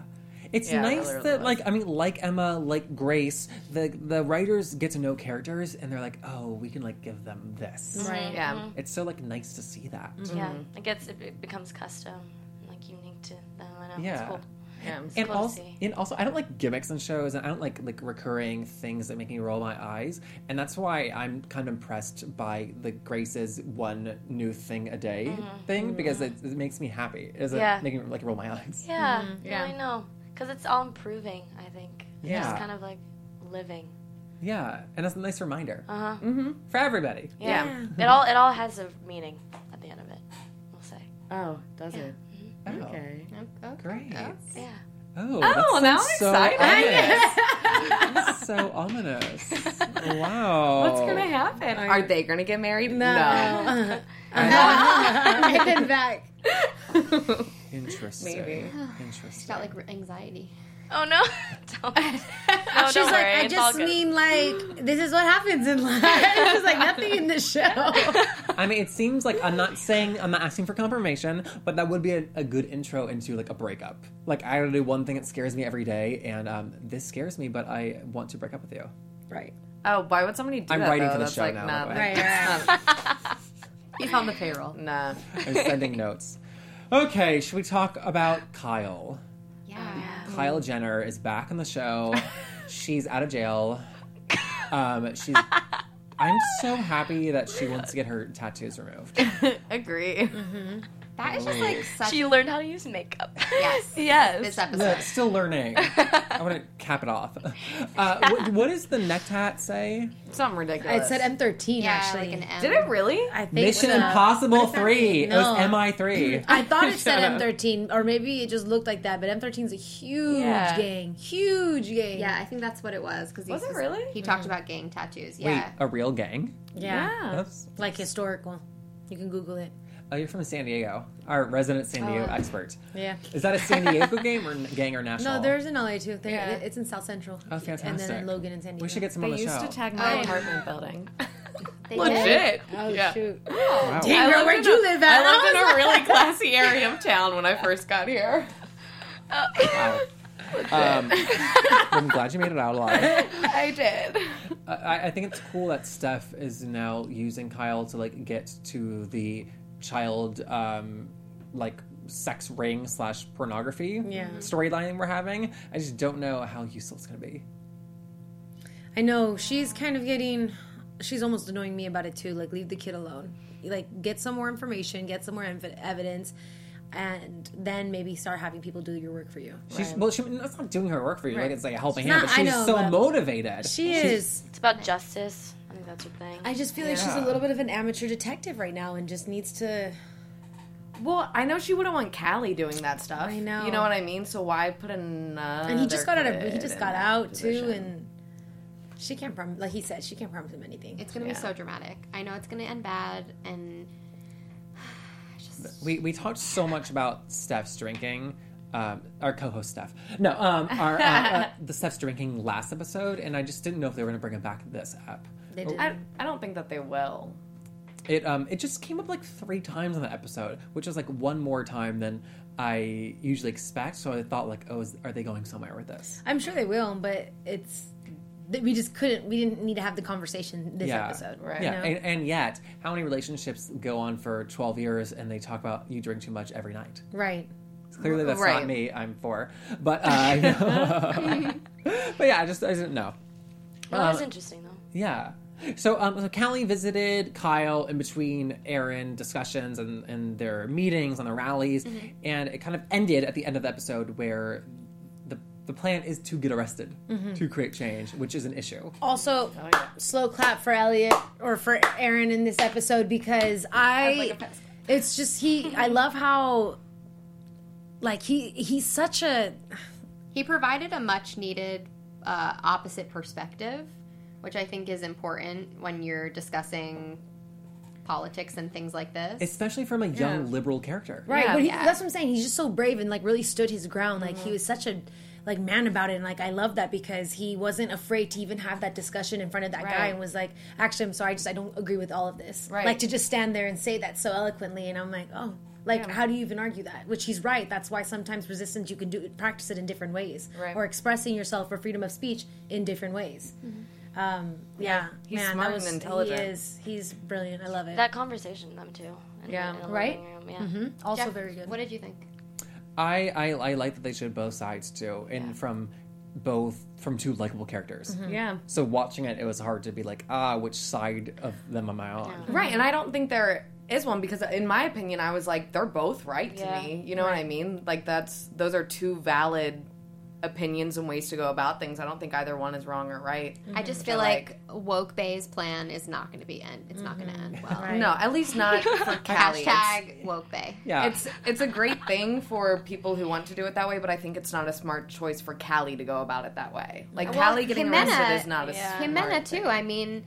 Speaker 1: It's
Speaker 3: Yeah, it
Speaker 1: nice
Speaker 3: really, really
Speaker 1: that,
Speaker 3: was.
Speaker 1: like, I mean, like Emma, like Grace, the the writers get to know characters, and they're like, oh, we can like give them this.
Speaker 5: Right.
Speaker 3: Yeah.
Speaker 1: It's so like nice to see that.
Speaker 6: Yeah. It gets it, it becomes custom, like unique to them. I know. It's
Speaker 1: Yeah.
Speaker 6: cool.
Speaker 3: yeah.
Speaker 1: and
Speaker 6: cool to
Speaker 1: also,
Speaker 6: see.
Speaker 1: and also, I don't like gimmicks in shows, and I don't like like recurring things that make me roll my eyes, and that's why I'm kind of impressed by the Grace's one new thing a day thing because it, it makes me happy. It doesn't
Speaker 6: Yeah.
Speaker 1: make me like roll my eyes.
Speaker 6: Yeah.
Speaker 3: yeah.
Speaker 6: No, I know. Because it's all improving, I think.
Speaker 1: Yeah.
Speaker 6: Just kind of like living.
Speaker 1: Yeah, and it's a nice reminder
Speaker 6: Uh
Speaker 3: Mm-hmm.
Speaker 6: huh.
Speaker 1: for everybody.
Speaker 6: Yeah. It all it all has a meaning at the end of it. We'll say.
Speaker 3: Oh, does it?
Speaker 1: Oh,
Speaker 3: Okay.
Speaker 1: great.
Speaker 6: Yeah.
Speaker 1: Oh, that
Speaker 3: now
Speaker 1: sounds
Speaker 3: I'm
Speaker 1: so
Speaker 3: excited.
Speaker 1: ominous. so ominous. Wow.
Speaker 3: What's gonna happen? Oh. Are they gonna get married?
Speaker 5: I've been back.
Speaker 3: No.
Speaker 1: Interesting.
Speaker 3: Maybe.
Speaker 4: She's
Speaker 1: Interesting.
Speaker 4: got like anxiety.
Speaker 6: Oh no. don't. No,
Speaker 5: She's
Speaker 6: don't
Speaker 5: like,
Speaker 6: worry.
Speaker 5: I
Speaker 6: it's all
Speaker 5: just
Speaker 6: good.
Speaker 5: mean like this is what happens in life. It's like nothing in the show.
Speaker 1: I mean, it seems like I'm not saying I'm not asking for confirmation, but that would be a, a good intro into like a breakup. Like I do one thing that scares me every day, and um, this scares me, but I want to break up with you.
Speaker 5: Right.
Speaker 3: Oh, why would somebody do
Speaker 1: I'm
Speaker 3: that?
Speaker 1: writing
Speaker 3: though?
Speaker 1: for the
Speaker 3: That's
Speaker 1: show
Speaker 3: like
Speaker 1: now,
Speaker 3: Not,
Speaker 1: by the way.
Speaker 5: Right. right.
Speaker 4: He's on the payroll.
Speaker 3: Nah.
Speaker 1: I'm sending notes. Okay, should we talk about Kyle?
Speaker 4: Yeah.
Speaker 1: Kyle Jenner is back on the show. She's out of jail. Um, she's. I'm so happy that she wants to get her tattoos removed.
Speaker 3: Agree.
Speaker 4: That is just like such
Speaker 6: She learned how to use makeup.
Speaker 4: Yes.
Speaker 6: yes.
Speaker 4: this
Speaker 1: No,
Speaker 4: episode.
Speaker 1: it's still learning. I want to cap it off. Uh, what, what does the neck tat say?
Speaker 3: Something ridiculous.
Speaker 5: It said M13
Speaker 4: Yeah,
Speaker 5: actually.
Speaker 4: like an M.
Speaker 3: Did it really?
Speaker 5: I think
Speaker 1: Mission
Speaker 5: so.
Speaker 1: Impossible
Speaker 5: What does that
Speaker 1: Three.
Speaker 5: mean?
Speaker 1: It was
Speaker 5: No.
Speaker 1: MI three.
Speaker 5: I thought it said
Speaker 3: Shut up.
Speaker 5: M13, or maybe it just looked like that. But M13 is a huge
Speaker 3: Yeah.
Speaker 5: gang, huge gang.
Speaker 4: Yeah, I think that's what it Mm-hmm. was because
Speaker 3: Was it really?
Speaker 4: He talked about gang tattoos. Yeah.
Speaker 1: Wait, a real gang?
Speaker 5: yeah,
Speaker 1: That's,
Speaker 5: like historical. You can Google it.
Speaker 1: oh, you're from San Diego. Our resident San Diego
Speaker 4: Oh.
Speaker 1: expert.
Speaker 5: Yeah.
Speaker 1: Is that a San Diego game or gang or national?
Speaker 5: No, there's in LA too. They-
Speaker 3: Yeah.
Speaker 5: It's in South Central.
Speaker 1: Oh,
Speaker 5: And
Speaker 1: fantastic.
Speaker 5: then in Logan and San Diego.
Speaker 1: We should get some on the show.
Speaker 3: my
Speaker 4: Oh.
Speaker 3: apartment building.
Speaker 4: They did?
Speaker 3: Legit.
Speaker 5: Oh
Speaker 3: Yeah.
Speaker 5: shoot!
Speaker 1: Wow.
Speaker 5: Dang, girl,
Speaker 3: lived
Speaker 5: where'd
Speaker 3: in
Speaker 5: you
Speaker 3: a-
Speaker 5: live at?
Speaker 3: I lived in a really classy area of town when I first got here.
Speaker 1: Wow. Um, I'm glad you made it out alive.
Speaker 3: I did.
Speaker 1: I- I, I think it's cool that Steph is now using Kyle to like get to the child um, like sex ring slash pornography
Speaker 5: Yeah.
Speaker 1: storyline we're having. I just don't know how useful it's gonna be.
Speaker 5: I know she's kind of getting. She's almost annoying me about it too. Like, leave the kid alone. Like, get some more information, get some more env- evidence, and then maybe start having people do your work for you.
Speaker 1: She's well, she, that's not doing her work for you. Like
Speaker 5: Right.
Speaker 1: it's like a helping
Speaker 5: She's
Speaker 1: hand,
Speaker 5: not-
Speaker 1: but
Speaker 5: I
Speaker 1: she's
Speaker 5: know,
Speaker 1: so
Speaker 5: but-
Speaker 1: motivated.
Speaker 5: She
Speaker 1: She's-
Speaker 5: is.
Speaker 6: It's about justice. I think that's her thing.
Speaker 5: I just feel like she's a
Speaker 1: Yeah.
Speaker 5: little bit of an amateur detective right now and just needs to.
Speaker 3: Well, I know she wouldn't want Callie doing that stuff.
Speaker 5: I know.
Speaker 3: You know what I mean? So why put another?
Speaker 5: And he just got out of. He
Speaker 3: kid
Speaker 5: just
Speaker 3: in
Speaker 5: got
Speaker 3: that
Speaker 5: out too,
Speaker 3: position?
Speaker 5: and she can't promise. Like he said, she can't promise him anything.
Speaker 4: It's gonna
Speaker 3: Yeah.
Speaker 4: be so dramatic. I know it's gonna end bad, and
Speaker 1: we we talked so much about Steph's drinking. Um, our co-host Steph. No, um, our uh, uh, the Steph's drinking last episode, and I just didn't know if they were going to bring it back this up.
Speaker 5: They did.
Speaker 3: I, I don't think that they will.
Speaker 1: It um it just came up like three times in the episode, which was like one more time than I usually expect. So I thought like, oh, is, are they going somewhere with this?
Speaker 5: I'm sure they will, but it's that we just couldn't. We didn't need to have the conversation this
Speaker 1: Yeah.
Speaker 5: episode,
Speaker 3: Right.
Speaker 1: yeah,
Speaker 5: know?
Speaker 1: and, and yet, how many relationships go on for twelve years and they talk about you drink too much every night?
Speaker 5: Right.
Speaker 1: Clearly, that's not
Speaker 3: Right.
Speaker 1: me. I'm four, but uh, I know. but yeah, I just I didn't know.
Speaker 6: well, that was interesting though.
Speaker 1: Yeah. So, um, so Callie visited Kyle in between Aaron discussions and, and their meetings and their rallies, and it kind of ended at the end of the episode where the the plan is to get arrested to create change, which is an issue.
Speaker 5: Also, slow clap for Elliot or for Aaron in this episode because I.
Speaker 6: like a fast
Speaker 5: it's just he. I love how. Like he he's such a
Speaker 4: He provided a much needed uh, opposite perspective, which I think is important when you're discussing politics and things like this.
Speaker 1: Especially from a young liberal character.
Speaker 5: right.
Speaker 6: Yeah.
Speaker 5: but he,
Speaker 4: Yeah.
Speaker 5: that's what I'm saying. He's just so brave and like really stood his ground. Like
Speaker 3: Mm-hmm.
Speaker 5: he was such a like man about it. And like I love that because he wasn't afraid to even have that discussion in front of that guy
Speaker 3: Right.
Speaker 5: and was like, actually, I'm sorry, I just I don't agree with all of this.
Speaker 3: Right.
Speaker 5: Like to just stand there and say that so eloquently. And I'm like, oh. Like, how do you even argue that? Which he's right. That's why sometimes resistance you can do practice it in different ways,
Speaker 3: Right.
Speaker 5: or expressing yourself or freedom of speech in different ways. Um, yeah,
Speaker 3: Mm-hmm. He's
Speaker 5: man,
Speaker 3: smart
Speaker 5: that
Speaker 3: and
Speaker 5: was,
Speaker 3: intelligent.
Speaker 5: He is. He's brilliant. I love it.
Speaker 6: That conversation, them too. in-
Speaker 3: Yeah.
Speaker 6: in the living
Speaker 5: Right?
Speaker 6: room, Yeah.
Speaker 5: also
Speaker 4: Jeff,
Speaker 5: very good.
Speaker 4: What did you think?
Speaker 1: I, I I like that they showed both sides too, and from both from two likable characters.
Speaker 3: Yeah.
Speaker 1: So watching it, it was hard to be like, ah, which side of them am I on?
Speaker 3: Right, and I don't think there is one because, in my opinion, I was like, they're both right to
Speaker 6: Yeah.
Speaker 3: me. You know what I mean? Like that's those are two valid opinions and ways to go about things. I don't think either one is wrong or right.
Speaker 4: I just feel
Speaker 3: I
Speaker 4: like, woke Bay's plan is not going to be end. It's not going to end well.
Speaker 5: Right.
Speaker 3: No, at least not for Callie. It's-
Speaker 4: Hashtag woke Bay.
Speaker 1: Yeah.
Speaker 3: It's it's a great thing for people who want to do it that way, but I think it's not a smart choice for Callie to go about it that way. Like
Speaker 4: Well,
Speaker 3: Callie getting
Speaker 4: Jimena-
Speaker 3: arrested is not a
Speaker 6: yeah.
Speaker 3: smart
Speaker 4: Jimena too.
Speaker 3: thing.
Speaker 4: I mean,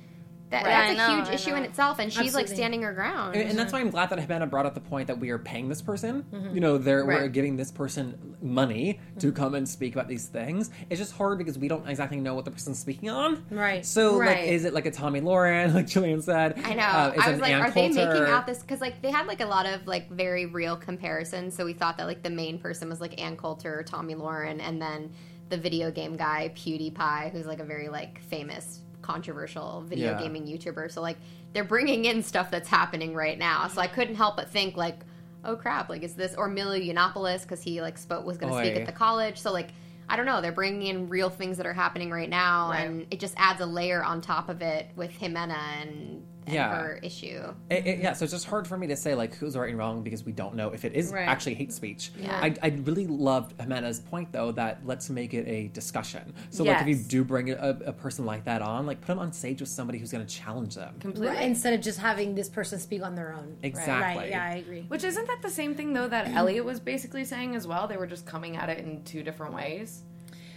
Speaker 4: that,
Speaker 6: Right.
Speaker 4: that's
Speaker 6: I
Speaker 4: a
Speaker 6: know,
Speaker 4: huge
Speaker 6: I
Speaker 4: issue in
Speaker 6: know.
Speaker 4: itself, and she's like
Speaker 5: Absolutely.
Speaker 4: standing her ground.
Speaker 1: And, and that's why I'm glad that Havana brought up the point that we are paying this person.
Speaker 4: Mm-hmm.
Speaker 1: You know, they're, we're
Speaker 3: Right.
Speaker 1: giving this person money to come and speak about these things. It's just hard because we don't exactly know what the person's speaking on.
Speaker 5: Right.
Speaker 1: So, like,
Speaker 3: Right.
Speaker 1: is it like a Tommy Lauren, like Julian said?
Speaker 4: I know.
Speaker 1: Uh, is it
Speaker 4: I was
Speaker 1: an
Speaker 4: like,
Speaker 1: Ann
Speaker 4: are they
Speaker 1: Coulter?
Speaker 4: making out this? Because like they had like a lot of like very real comparisons. So we thought that like the main person was like Ann Coulter, Tommy Lauren, and then the video game guy PewDiePie, who's like a very like famous, controversial video
Speaker 1: Yeah.
Speaker 4: gaming YouTuber. So like they're bringing in stuff that's happening right now. So I couldn't help but think like, oh crap, like is this or Milo Yiannopoulos because he like spoke was going to speak
Speaker 1: Oy.
Speaker 4: at the college. So like. I don't know. They're bringing in real things that are happening right now,
Speaker 3: Right.
Speaker 4: and it just adds a layer on top of it with Jimena and and
Speaker 1: Yeah.
Speaker 4: her issue.
Speaker 1: It- it- yeah, so it's just hard for me to say like who's right and wrong because we don't know if it is
Speaker 5: Right.
Speaker 1: actually hate speech. I, I really loved Jimena's point though that let's make it a discussion. So like if you
Speaker 3: Yes.
Speaker 1: do bring a, a person like that on, like put them on stage with somebody who's going to challenge them.
Speaker 3: Completely.
Speaker 5: Right, Instead of just having this person speak on their own.
Speaker 1: Exactly.
Speaker 5: Right. Yeah, I agree.
Speaker 3: Which isn't that the same thing though that Elliot was basically saying as well? They were just coming at it in two different ways.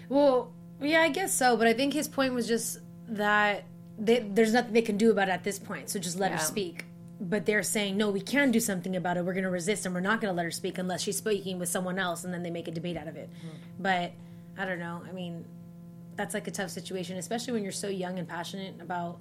Speaker 5: Well, yeah, I guess so. But I think his point was just that they, there's nothing they can do about it at this point. So just let her
Speaker 3: Yeah.
Speaker 5: speak. But they're saying no, we can do something about it. We're going to resist, and we're not going to let her speak unless she's speaking with someone else, and then they make a debate out of it. But I don't know. I mean, that's like a tough situation, especially when you're so young and passionate about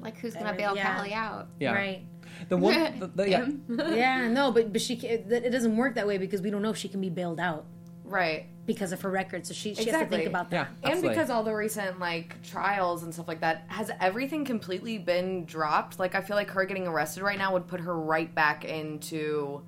Speaker 4: Like, who's gonna
Speaker 5: Every-
Speaker 4: bail
Speaker 5: yeah.
Speaker 4: Callie out?
Speaker 1: Yeah.
Speaker 5: right.
Speaker 1: The one, the, the, yeah,
Speaker 5: yeah, no, but but she ca- it, it doesn't work that way because we don't know if she can be bailed out
Speaker 3: Right.
Speaker 5: because of her record. So she, she has to
Speaker 3: Exactly.
Speaker 5: think about that.
Speaker 1: yeah,
Speaker 3: and
Speaker 1: absolutely.
Speaker 3: because all the recent like trials and stuff like that has everything completely been dropped like i feel like her getting arrested right now would put her right back into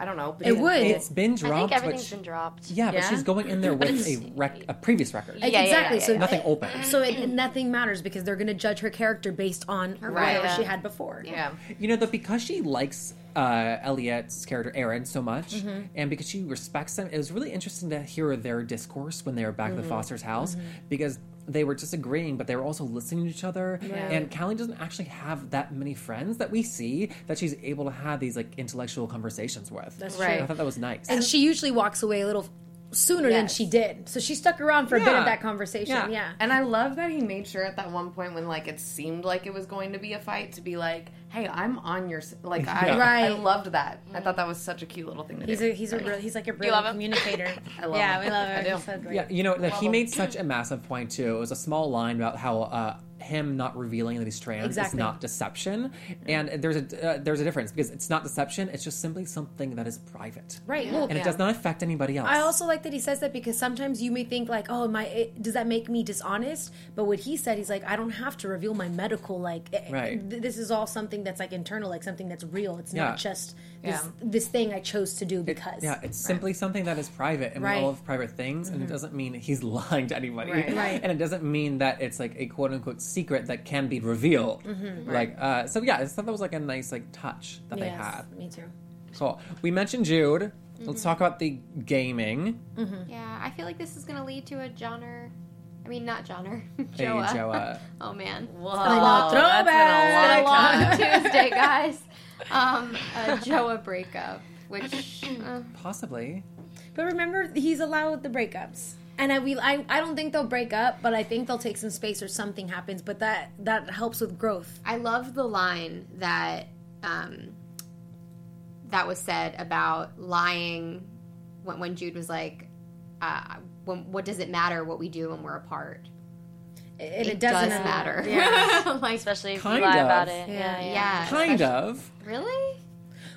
Speaker 3: i don't know
Speaker 5: It would.
Speaker 1: it's been
Speaker 6: I think
Speaker 1: dropped. but
Speaker 6: everything's
Speaker 1: she-
Speaker 6: been dropped.
Speaker 1: yeah, but
Speaker 3: Yeah?
Speaker 1: she's going in there with a rec- a previous record.
Speaker 6: Yeah, yeah,
Speaker 5: exactly.
Speaker 6: yeah,
Speaker 5: so
Speaker 6: yeah.
Speaker 1: Nothing open.
Speaker 5: So it, nothing matters because they're going to judge her character based on
Speaker 3: Right.
Speaker 5: whatever
Speaker 3: Yeah.
Speaker 5: she had before.
Speaker 3: yeah
Speaker 1: You know, though, because she likes uh, Elliot's character Aaron so much, and because she respects him, it was really interesting to hear their discourse when they were back at the Foster's house because they were disagreeing, but they were also listening to each other. And Callie doesn't actually have that many friends that we see that she's able to have these like intellectual conversations with. That's
Speaker 3: true. Right.
Speaker 1: I thought that was nice.
Speaker 5: And she usually walks away a little sooner than
Speaker 3: Yes.
Speaker 5: she did. So she stuck around for a bit
Speaker 1: Yeah.
Speaker 5: of that conversation.
Speaker 1: Yeah.
Speaker 5: Yeah.
Speaker 3: and i love that he made sure at that one point when like it seemed like it was going to be a fight to be like hey i'm on your s-" like i
Speaker 1: Yeah.
Speaker 5: Right.
Speaker 3: i loved that i thought that was such a cute little thing to
Speaker 5: He's
Speaker 3: do
Speaker 5: a he's a real, he's like a
Speaker 6: You
Speaker 5: real
Speaker 6: love him?
Speaker 5: communicator.
Speaker 3: I love
Speaker 5: yeah,
Speaker 3: him.
Speaker 5: we love
Speaker 3: I
Speaker 5: him.
Speaker 3: do.
Speaker 5: He's so great.
Speaker 1: Yeah, you know, that he
Speaker 6: Level.
Speaker 1: made such a massive point too. It was a small line about how uh, him not revealing that he's trans
Speaker 5: Exactly.
Speaker 1: is not deception, and there's a uh, there's a difference because it's not deception. It's just simply something that is private,
Speaker 5: Right. Well,
Speaker 1: and it does not affect anybody else.
Speaker 5: I also like that he says that because sometimes you may think like, oh, am I? It, does that make me dishonest? But what he said, he's like, I don't have to reveal my medical. Like, eh, eh,
Speaker 1: Right.
Speaker 5: th- this is all something that's like internal, like something that's real. It's
Speaker 1: Yeah.
Speaker 5: not just this
Speaker 3: Yeah.
Speaker 5: this thing I chose to do because.
Speaker 1: yeah, it's simply something that is private, and
Speaker 5: Right. Mm-hmm.
Speaker 1: we all have private things, and it doesn't mean he's lying to anybody,
Speaker 3: Right.
Speaker 5: Right.
Speaker 1: and it doesn't mean that it's like a quote unquote secret that can be revealed.
Speaker 5: Mm-hmm,
Speaker 1: Like uh, so, yeah. I just thought that was like a nice like touch that they had.
Speaker 5: me too.
Speaker 1: Cool. We mentioned Jude.
Speaker 5: Mm-hmm.
Speaker 1: Let's talk about the gaming.
Speaker 4: Yeah, I feel like this is gonna lead to a genre. I mean, not genre.
Speaker 1: Hey,
Speaker 4: Joa.
Speaker 1: Joa.
Speaker 4: oh man,
Speaker 3: Whoa,
Speaker 5: lot.
Speaker 4: been a long
Speaker 3: that's been a long time.
Speaker 4: Tuesday, guys. Um, a Joa breakup, which uh,
Speaker 1: Possibly.
Speaker 5: But remember, he's allowed the breakups. And I, we, I, I don't think they'll break up, but I think they'll take some space or something happens. But that that helps with growth.
Speaker 4: I love the line that um, that was said about lying when, when Jude was like, uh, when, "What does it matter what we do when we're apart?
Speaker 5: And it, doesn't
Speaker 4: does matter."
Speaker 5: Yeah.
Speaker 4: like,
Speaker 6: Especially if
Speaker 1: Kind
Speaker 6: you lie
Speaker 1: of.
Speaker 6: about it. Yeah, yeah.
Speaker 4: yeah,
Speaker 1: Kind of.
Speaker 4: really.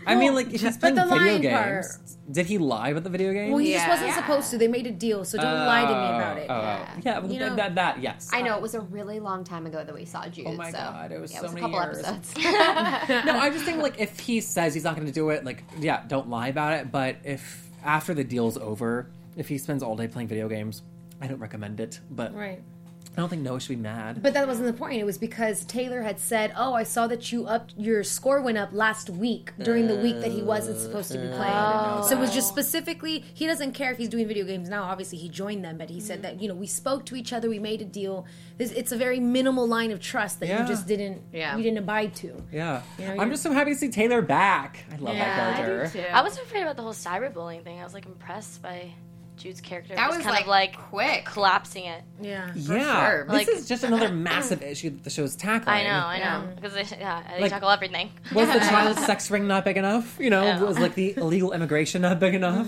Speaker 1: I mean, like he's
Speaker 5: but
Speaker 1: playing
Speaker 5: the
Speaker 1: video
Speaker 5: lying
Speaker 1: games.
Speaker 5: part-
Speaker 1: Did he lie about the video game?
Speaker 5: Well, he just
Speaker 4: Yeah.
Speaker 5: wasn't
Speaker 4: Yeah.
Speaker 5: supposed to. They made a deal, so don't lie to me about it.
Speaker 1: Oh, oh. yeah, well,
Speaker 5: You know-
Speaker 1: that, that yes.
Speaker 4: I know it was a really long time ago that we saw Jude.
Speaker 1: Oh my
Speaker 4: so,
Speaker 1: God, it was
Speaker 4: yeah,
Speaker 1: so
Speaker 4: a
Speaker 1: many
Speaker 4: couple
Speaker 1: years.
Speaker 4: episodes.
Speaker 1: No, I just think like if he says he's not going to do it, like yeah, don't lie about it. But if after the deal's over, if he spends all day playing video games, I don't recommend it. But
Speaker 5: Right.
Speaker 1: I don't think Noah should be mad.
Speaker 5: But that wasn't the point. It was because Taylor had said, "Oh, I saw that you up your score went up last week during the week that he wasn't supposed to be playing." So it was just specifically he doesn't care if he's doing video games now. Obviously, he joined them, but he said that you know we spoke to each other, we made a deal. This, it's a very minimal line of trust that
Speaker 1: Yeah.
Speaker 5: you just didn't
Speaker 3: Yeah.
Speaker 5: you didn't abide to.
Speaker 1: yeah,
Speaker 5: Yeah,
Speaker 1: I'm
Speaker 5: you-
Speaker 1: just so happy to see Taylor back. I love
Speaker 4: Yeah,
Speaker 1: that
Speaker 4: I do
Speaker 1: character.
Speaker 6: I was afraid about the whole cyberbullying thing. I was like impressed by Jude's character.
Speaker 4: That
Speaker 6: Just
Speaker 4: was,
Speaker 6: kind of
Speaker 4: like,
Speaker 6: like
Speaker 4: quick.
Speaker 6: collapsing it.
Speaker 5: Yeah.
Speaker 1: Yeah,
Speaker 3: sure.
Speaker 1: this
Speaker 6: Like-
Speaker 1: is just another massive issue that the show's tackling.
Speaker 6: I know, I know. Because they, yeah, they
Speaker 1: Like-
Speaker 6: tackle everything.
Speaker 1: Was the child sex ring not big enough? You know,
Speaker 6: Yeah.
Speaker 1: was like the illegal immigration not big enough?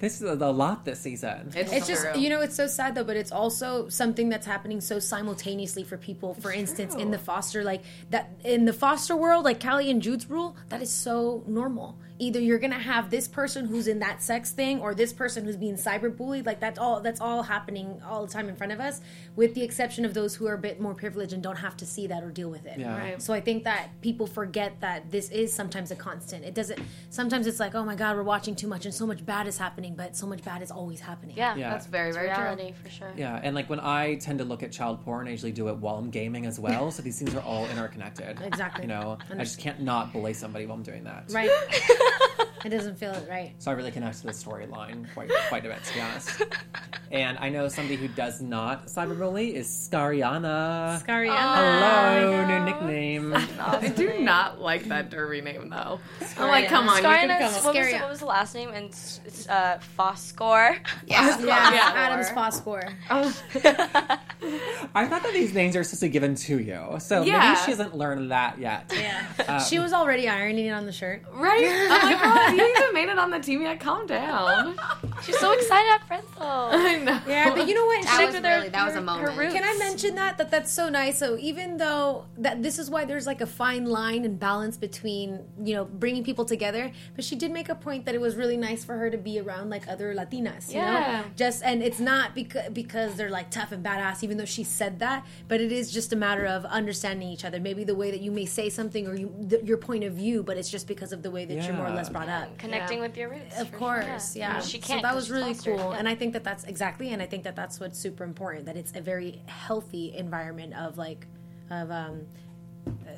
Speaker 1: This is a lot this season.
Speaker 5: It's just you know it's so sad though, but it's also something that's happening so simultaneously for people. For instance, in the foster like that in the foster world, like Callie and Jude's rule, that is so normal. Either you're gonna have this person who's in that sex thing, or this person who's being cyberbullied. Like that's all that's all happening all the time in front of us, with the exception of those who are a bit more privileged and don't have to see that or deal with it.
Speaker 1: Yeah. Right.
Speaker 5: So I think that people forget that this is sometimes a constant. It doesn't. Sometimes it's like, oh my god, we're watching too much, and so much bad is happening, but so much bad is always happening.
Speaker 6: Yeah,
Speaker 1: Yeah.
Speaker 3: that's very
Speaker 6: It's
Speaker 3: very true.
Speaker 6: reality for sure.
Speaker 1: Yeah, and like when I tend to look at child porn, I usually do it while I'm gaming as well. So these things are all interconnected.
Speaker 5: Exactly.
Speaker 1: You know, I just can't not bully somebody while I'm doing that.
Speaker 5: Right. it doesn't feel right.
Speaker 1: So I really connect to the storyline quite quite a bit, to be honest. And I know somebody who does not cyberbully is Scariana. Hello, new nickname.
Speaker 3: I do not like that derby name though. I'm like, come on, you
Speaker 6: Scarina,
Speaker 3: can come
Speaker 6: what,
Speaker 3: up.
Speaker 6: was the, what was the last name? And s- it's uh, Foscor.
Speaker 4: yeah,
Speaker 5: Yeah,
Speaker 6: Yeah.
Speaker 5: Adam's Foscor.
Speaker 1: I thought that these names are supposed to be given to you. So
Speaker 3: Yeah.
Speaker 1: maybe she hasn't learned that yet.
Speaker 5: Yeah.
Speaker 1: Um,
Speaker 5: she was already ironing it on the shirt.
Speaker 3: Right? I'm like, oh, you even made it on the team yet. Calm down.
Speaker 6: She's so excited at friends though.
Speaker 3: I know.
Speaker 5: Yeah, but you know what?
Speaker 4: that
Speaker 5: She-
Speaker 4: was
Speaker 6: with her-
Speaker 4: really that was a
Speaker 6: her- her
Speaker 4: moment.
Speaker 6: roots.
Speaker 5: can I mention that? That that's so nice. So even though that this is why there's like a fine line and balance between you know bringing people together, but she did make a point that it was really nice for her to be around like other Latinas. You
Speaker 6: Yeah.
Speaker 5: know, just and it's not because because they're like tough and badass, even though she said that. But it is just a matter of understanding each other. Maybe the way that you may say something or you th- your point of view, but it's just because of the way that you're more or
Speaker 1: Yeah.
Speaker 5: less brought up.
Speaker 6: Connecting with your roots.
Speaker 5: Of
Speaker 6: for sure,
Speaker 5: course, yeah.
Speaker 6: She can't.
Speaker 5: So that
Speaker 6: 'cause
Speaker 5: was
Speaker 6: she's
Speaker 5: really
Speaker 6: fostered,
Speaker 5: cool,
Speaker 6: yeah.
Speaker 5: and I think that that's exactly, and I think that that's what's super important. That it's a very healthy environment of like, of um, uh,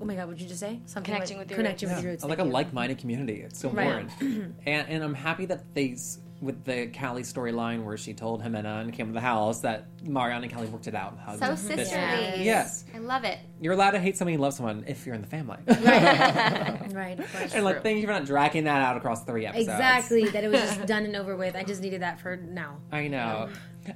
Speaker 5: oh my god, what did you just say? Something
Speaker 6: Connecting
Speaker 5: like,
Speaker 6: with your
Speaker 5: connecting
Speaker 1: Yeah,
Speaker 5: with your roots.
Speaker 1: like a
Speaker 5: thank you.
Speaker 1: like-minded community. It's so
Speaker 5: Right.
Speaker 1: important, and, and I'm happy that they s- with the Callie storyline where she told Jimena and came to the house that Marianne and Callie worked it out. and hugged.
Speaker 4: so
Speaker 1: This-
Speaker 4: sisterly.
Speaker 1: Yes,
Speaker 4: I love it.
Speaker 1: you're allowed to hate somebody and love someone if you're in the family.
Speaker 5: right. of course.
Speaker 1: and like, thank you for not dragging that out across three episodes.
Speaker 5: Exactly. that it was just done and over with. I just needed that for now.
Speaker 1: I know.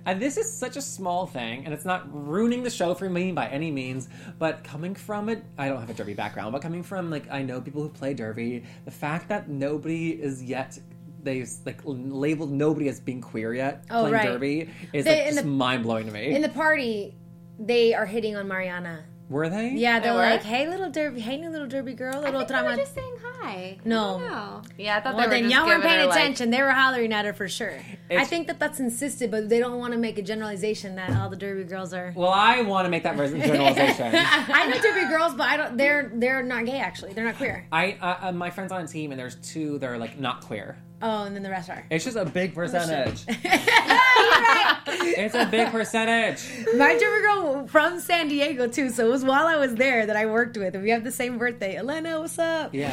Speaker 1: And this is such a small thing, and it's not ruining the show for me by any means. But coming from it, I don't have a derby background, but coming from like I know people who play derby, the fact that nobody is yet they've like labeled nobody as being queer yet
Speaker 5: Oh,
Speaker 1: playing
Speaker 5: right.
Speaker 1: derby is
Speaker 5: They-
Speaker 1: like,
Speaker 5: in
Speaker 1: just
Speaker 5: the-
Speaker 1: mind blowing to me.
Speaker 5: In the party, they are hitting on Mariana.
Speaker 1: Were they?
Speaker 5: Yeah, they're
Speaker 3: They were?
Speaker 5: like, hey, little derby, hey, new little derby girl,
Speaker 4: I
Speaker 5: little
Speaker 4: think they were
Speaker 5: drama.
Speaker 4: just saying hi.
Speaker 5: No.
Speaker 4: I don't know.
Speaker 3: Yeah, I thought
Speaker 5: Well,
Speaker 3: they were
Speaker 5: then
Speaker 3: just
Speaker 5: y'all weren't
Speaker 3: giving
Speaker 5: paying
Speaker 3: her, like-
Speaker 5: attention. they were hollering at her for sure. I
Speaker 1: It's-
Speaker 5: think that that's insisted, but they don't want to make a generalization that all the derby girls are.
Speaker 1: Well, I want to make that generalization.
Speaker 5: I know derby girls, but I don't. They're they're not gay. Actually, they're not queer.
Speaker 1: I uh, uh, my friends on a team, and there's two that are like not queer.
Speaker 5: Oh, and then the rest are.
Speaker 1: It's just a big
Speaker 5: Oh,
Speaker 1: percentage. It's a big percentage.
Speaker 5: My Jimmy girl from San Diego too, so it was while I was there that I worked with, and we have the same birthday. Elena, what's up?
Speaker 1: Yeah.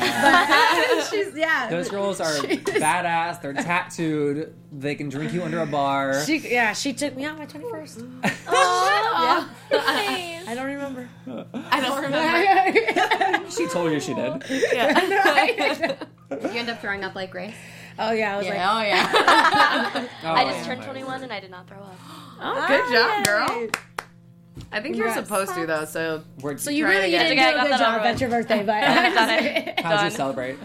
Speaker 5: But she's yeah.
Speaker 1: Those girls are
Speaker 5: She's-
Speaker 1: badass. They're tattooed. They can drink you under a bar.
Speaker 5: She yeah, she took me out my twenty first.
Speaker 6: Oh,
Speaker 5: I don't remember.
Speaker 3: I don't remember.
Speaker 1: She told you she did.
Speaker 4: You end up throwing up like Grace.
Speaker 5: oh yeah, I was like,
Speaker 3: oh yeah.
Speaker 6: I just turned
Speaker 1: my
Speaker 6: 21 and I did not throw up.
Speaker 3: Oh, good job, girl. I think you're
Speaker 5: Congrats.
Speaker 3: supposed to though. So
Speaker 1: Word-
Speaker 5: So you
Speaker 3: Try it
Speaker 5: really you
Speaker 3: again.
Speaker 5: didn't
Speaker 6: Okay,
Speaker 5: do
Speaker 6: I
Speaker 5: a
Speaker 6: got
Speaker 5: good
Speaker 6: that
Speaker 5: job
Speaker 6: over
Speaker 5: at your birthday, but
Speaker 6: Got it.
Speaker 1: How did you
Speaker 6: Done.
Speaker 1: celebrate?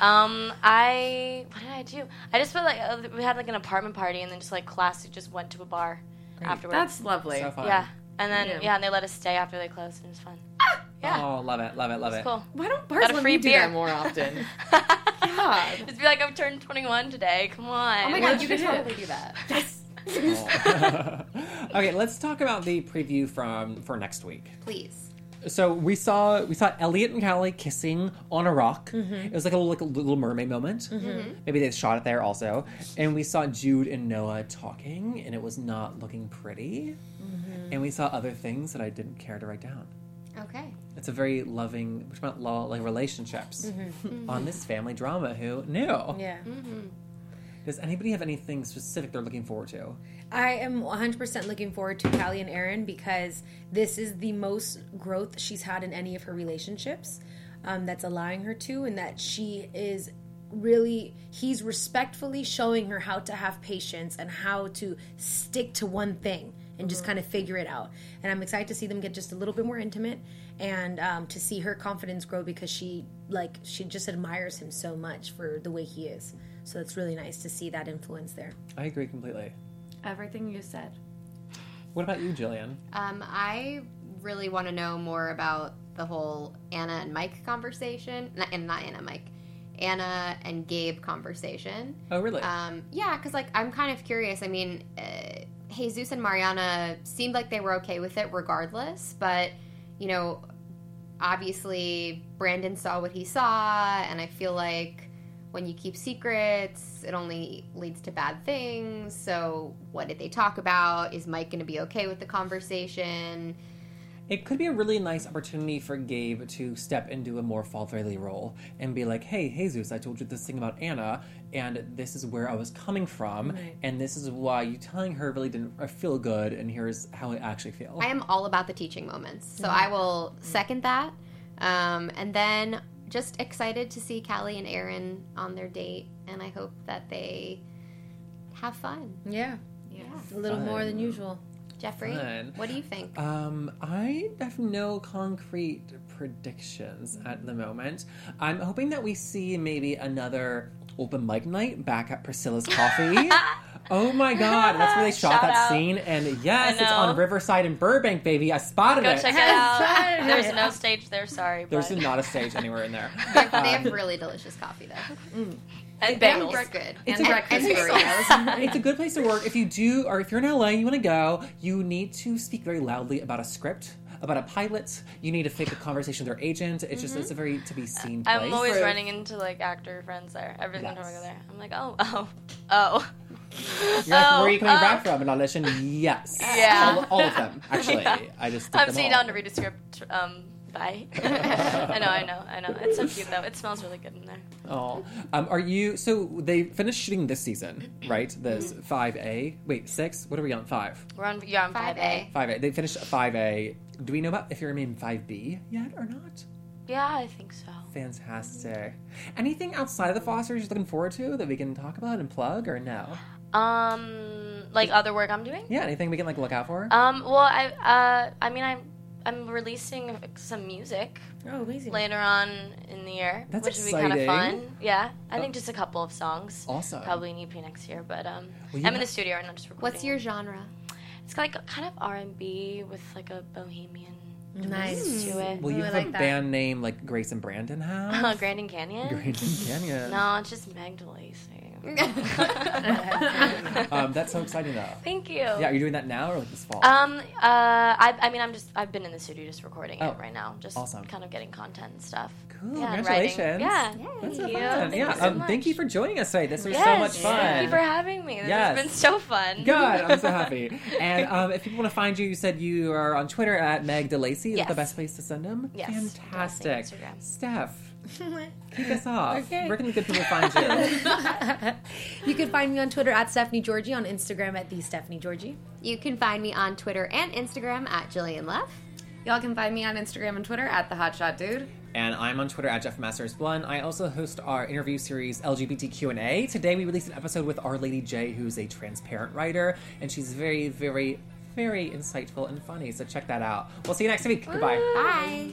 Speaker 6: Um, I what did I do? I just felt like uh, we had like an apartment party, and then just like classic, just went to a bar afterwards.
Speaker 3: that's lovely.
Speaker 1: So fun.
Speaker 6: yeah, and then
Speaker 3: Yeah.
Speaker 6: yeah. and they let us stay after they closed, and it was fun. Yeah,
Speaker 1: Oh, love it, love it, love it.
Speaker 6: it's cool.
Speaker 3: Why don't bars
Speaker 6: Got a
Speaker 3: let
Speaker 6: free
Speaker 3: me do
Speaker 6: beer.
Speaker 3: that more often? God.
Speaker 6: Just be like, I've turned 21 today. Come on.
Speaker 4: Oh my god, you could
Speaker 3: Legit.
Speaker 4: totally do that.
Speaker 1: okay, let's talk about the preview from for next week.
Speaker 4: Please.
Speaker 1: So we saw we saw Elliot and Callie kissing on a rock.
Speaker 6: Mm-hmm.
Speaker 1: It was like a little, like a Little Mermaid moment. Maybe they shot it there also. And we saw Jude and Noah talking, and it was not looking pretty.
Speaker 6: Mm-hmm.
Speaker 1: And we saw other things that I didn't care to write down.
Speaker 4: Okay.
Speaker 1: It's a very loving, which meant law like relationships
Speaker 4: Mm-hmm.
Speaker 1: on this family drama. Who knew?
Speaker 5: yeah.
Speaker 1: Does anybody have anything specific they're looking forward to?
Speaker 5: I am 100% looking forward to Callie and Aaron because this is the most growth she's had in any of her relationships um, that's allowing her to, and that she is really, he's respectfully showing her how to have patience and how to stick to one thing and just kind of figure it out. And I'm excited to see them get just a little bit more intimate and um, to see her confidence grow because she, like, she just admires him so much for the way he is. So it's really nice to see that influence there.
Speaker 1: I agree completely.
Speaker 3: Everything you said.
Speaker 1: What about you, Jillian?
Speaker 4: Um, I really want to know more about the whole Anna and Mike conversation. Not, and not Anna, Mike. Anna and Gabe conversation.
Speaker 1: Oh, really?
Speaker 4: Um, yeah, because like I'm kind of curious. I mean, uh, Jesus and Mariana seemed like they were okay with it regardless, but you know, obviously Brandon saw what he saw, and I feel like when you keep secrets, it only leads to bad things. So, what did they talk about? Is Mike going to be okay with the conversation?
Speaker 1: It could be a really nice opportunity for Gabe to step into a more fatherly role and be like, hey, Jesus, I told you this thing about Anna, and this is where I was coming from, and this is why you telling her really didn't uh, feel good, and here's how I actually feel.
Speaker 4: I am all about the teaching moments, so I will second that. Um, and then just excited to see Callie and Aaron on their date, and I hope that they have fun.
Speaker 5: Yeah. A little more than usual.
Speaker 4: Jeffrey,
Speaker 1: Fun.
Speaker 4: what do you think?
Speaker 1: Um, I have no concrete predictions at the moment. I'm hoping that we see maybe another open mic night back at Priscilla's Coffee. oh my god, that's where they shot
Speaker 6: Shout
Speaker 1: that
Speaker 6: out.
Speaker 1: scene. And yes, it's
Speaker 6: know.
Speaker 1: on Riverside and Burbank, baby. I spotted
Speaker 6: Go
Speaker 1: it.
Speaker 6: check it out.
Speaker 5: fun.
Speaker 6: There's no stage there. Sorry.
Speaker 1: There's
Speaker 6: but.
Speaker 1: not a stage anywhere in there.
Speaker 4: They they have really delicious coffee, though.
Speaker 6: and
Speaker 4: Bagels.
Speaker 6: bagels.
Speaker 4: good.
Speaker 1: It's a
Speaker 4: and, and,
Speaker 1: breakfast
Speaker 4: and burritos.
Speaker 1: it's a good place to work. If you do, or if you're in LA, you want to go, you need to speak very loudly about a script, about a pilot. You need to fake a conversation with their agent. It's just, it's a very to be seen place.
Speaker 6: Mm-hmm. I'm always running into like actor friends there. Every single time I
Speaker 1: Yes.
Speaker 6: go there, I'm like, oh, oh, oh.
Speaker 1: You're like,
Speaker 6: Oh,
Speaker 1: where are you coming
Speaker 6: oh.
Speaker 1: back from? An audition? Yes.
Speaker 6: Yeah.
Speaker 1: All, all of them, actually. I just did
Speaker 6: I'm
Speaker 1: them
Speaker 6: sitting
Speaker 1: all.
Speaker 6: down to read a script. Um, bye. I know, I know, I know. It's so cute though. It smells really good in there.
Speaker 1: Oh, um, are you? So they finished shooting this season, right? This
Speaker 6: Mm-hmm.
Speaker 1: five A. Wait, six. What are we on? Five.
Speaker 6: We're on. Yeah, I'm five
Speaker 4: 5A.
Speaker 6: A.
Speaker 1: Five A. They finished five A. Do we know about if you're in five B yet or not?
Speaker 6: Yeah, I think so.
Speaker 1: Fantastic. Anything outside of the Fosters you're looking forward to that we can talk about and plug or no?
Speaker 6: Um, like other work I'm doing.
Speaker 1: Yeah, anything we can like look out for?
Speaker 6: Um, well, I uh, I mean, I'm I'm releasing some music
Speaker 5: Oh, amazing.
Speaker 6: later on in the year,
Speaker 1: That's
Speaker 6: which would be kind
Speaker 1: exciting.
Speaker 6: of fun. Yeah, I think just a couple of songs.
Speaker 1: Awesome.
Speaker 6: Probably an EP next year, but um,
Speaker 1: Well, you
Speaker 6: I'm in
Speaker 1: have-
Speaker 6: the studio and I'm just recording.
Speaker 4: What's your
Speaker 6: it.
Speaker 4: genre?
Speaker 6: It's like kind of R and B with like a bohemian
Speaker 5: Nice.
Speaker 6: twist to it.
Speaker 1: Will you
Speaker 5: Ooh, I
Speaker 1: have a
Speaker 5: like that.
Speaker 1: band name like Grace and Brandon have?
Speaker 6: uh, Grand Canyon.
Speaker 1: Grand Canyon.
Speaker 6: No, it's just Meg DeLacy.
Speaker 1: Um, that's so exciting, though.
Speaker 6: Thank you.
Speaker 1: Yeah, you're doing that now or like this fall?
Speaker 6: Um. Uh. I. I mean, I'm just. I've been in the studio just recording
Speaker 1: Oh,
Speaker 6: it right now. Just
Speaker 1: awesome.
Speaker 6: kind of getting content and stuff.
Speaker 1: cool.
Speaker 6: Yeah, and writing.
Speaker 1: Congratulations.
Speaker 6: Yeah.
Speaker 1: That's so
Speaker 6: Thank you.
Speaker 1: fun.
Speaker 6: Thank
Speaker 1: yeah.
Speaker 6: you so
Speaker 1: um, thank
Speaker 6: much.
Speaker 1: you for joining us today. This was so
Speaker 6: Yes,
Speaker 1: much fun.
Speaker 6: Thank you for having me. This
Speaker 1: Yes.
Speaker 6: has been so fun.
Speaker 1: Good. I'm so happy. And um, if people want to find you, you said you are on Twitter at Meg DeLacy. Is that
Speaker 6: Yes.
Speaker 1: the best place to send them?
Speaker 6: Yes.
Speaker 1: Fantastic.
Speaker 6: Yes, and Instagram.
Speaker 1: Steph, kick us off.
Speaker 5: Okay.
Speaker 1: Where can the good people find you?
Speaker 5: You can find me on Twitter at Stephanie Georgie, on Instagram at the Stephanie Georgie.
Speaker 4: You can find me on Twitter and Instagram at Jillian Love.
Speaker 3: Y'all can find me on Instagram and Twitter at the Hotshot Dude.
Speaker 1: and I'm on Twitter at Jeff Masters One. I also host our interview series LGBT Q and A. Today we released an episode with Our Lady J, who's a transparent writer, and she's very, very, very insightful and funny. So check that out. We'll see you next week. Goodbye.
Speaker 4: Bye.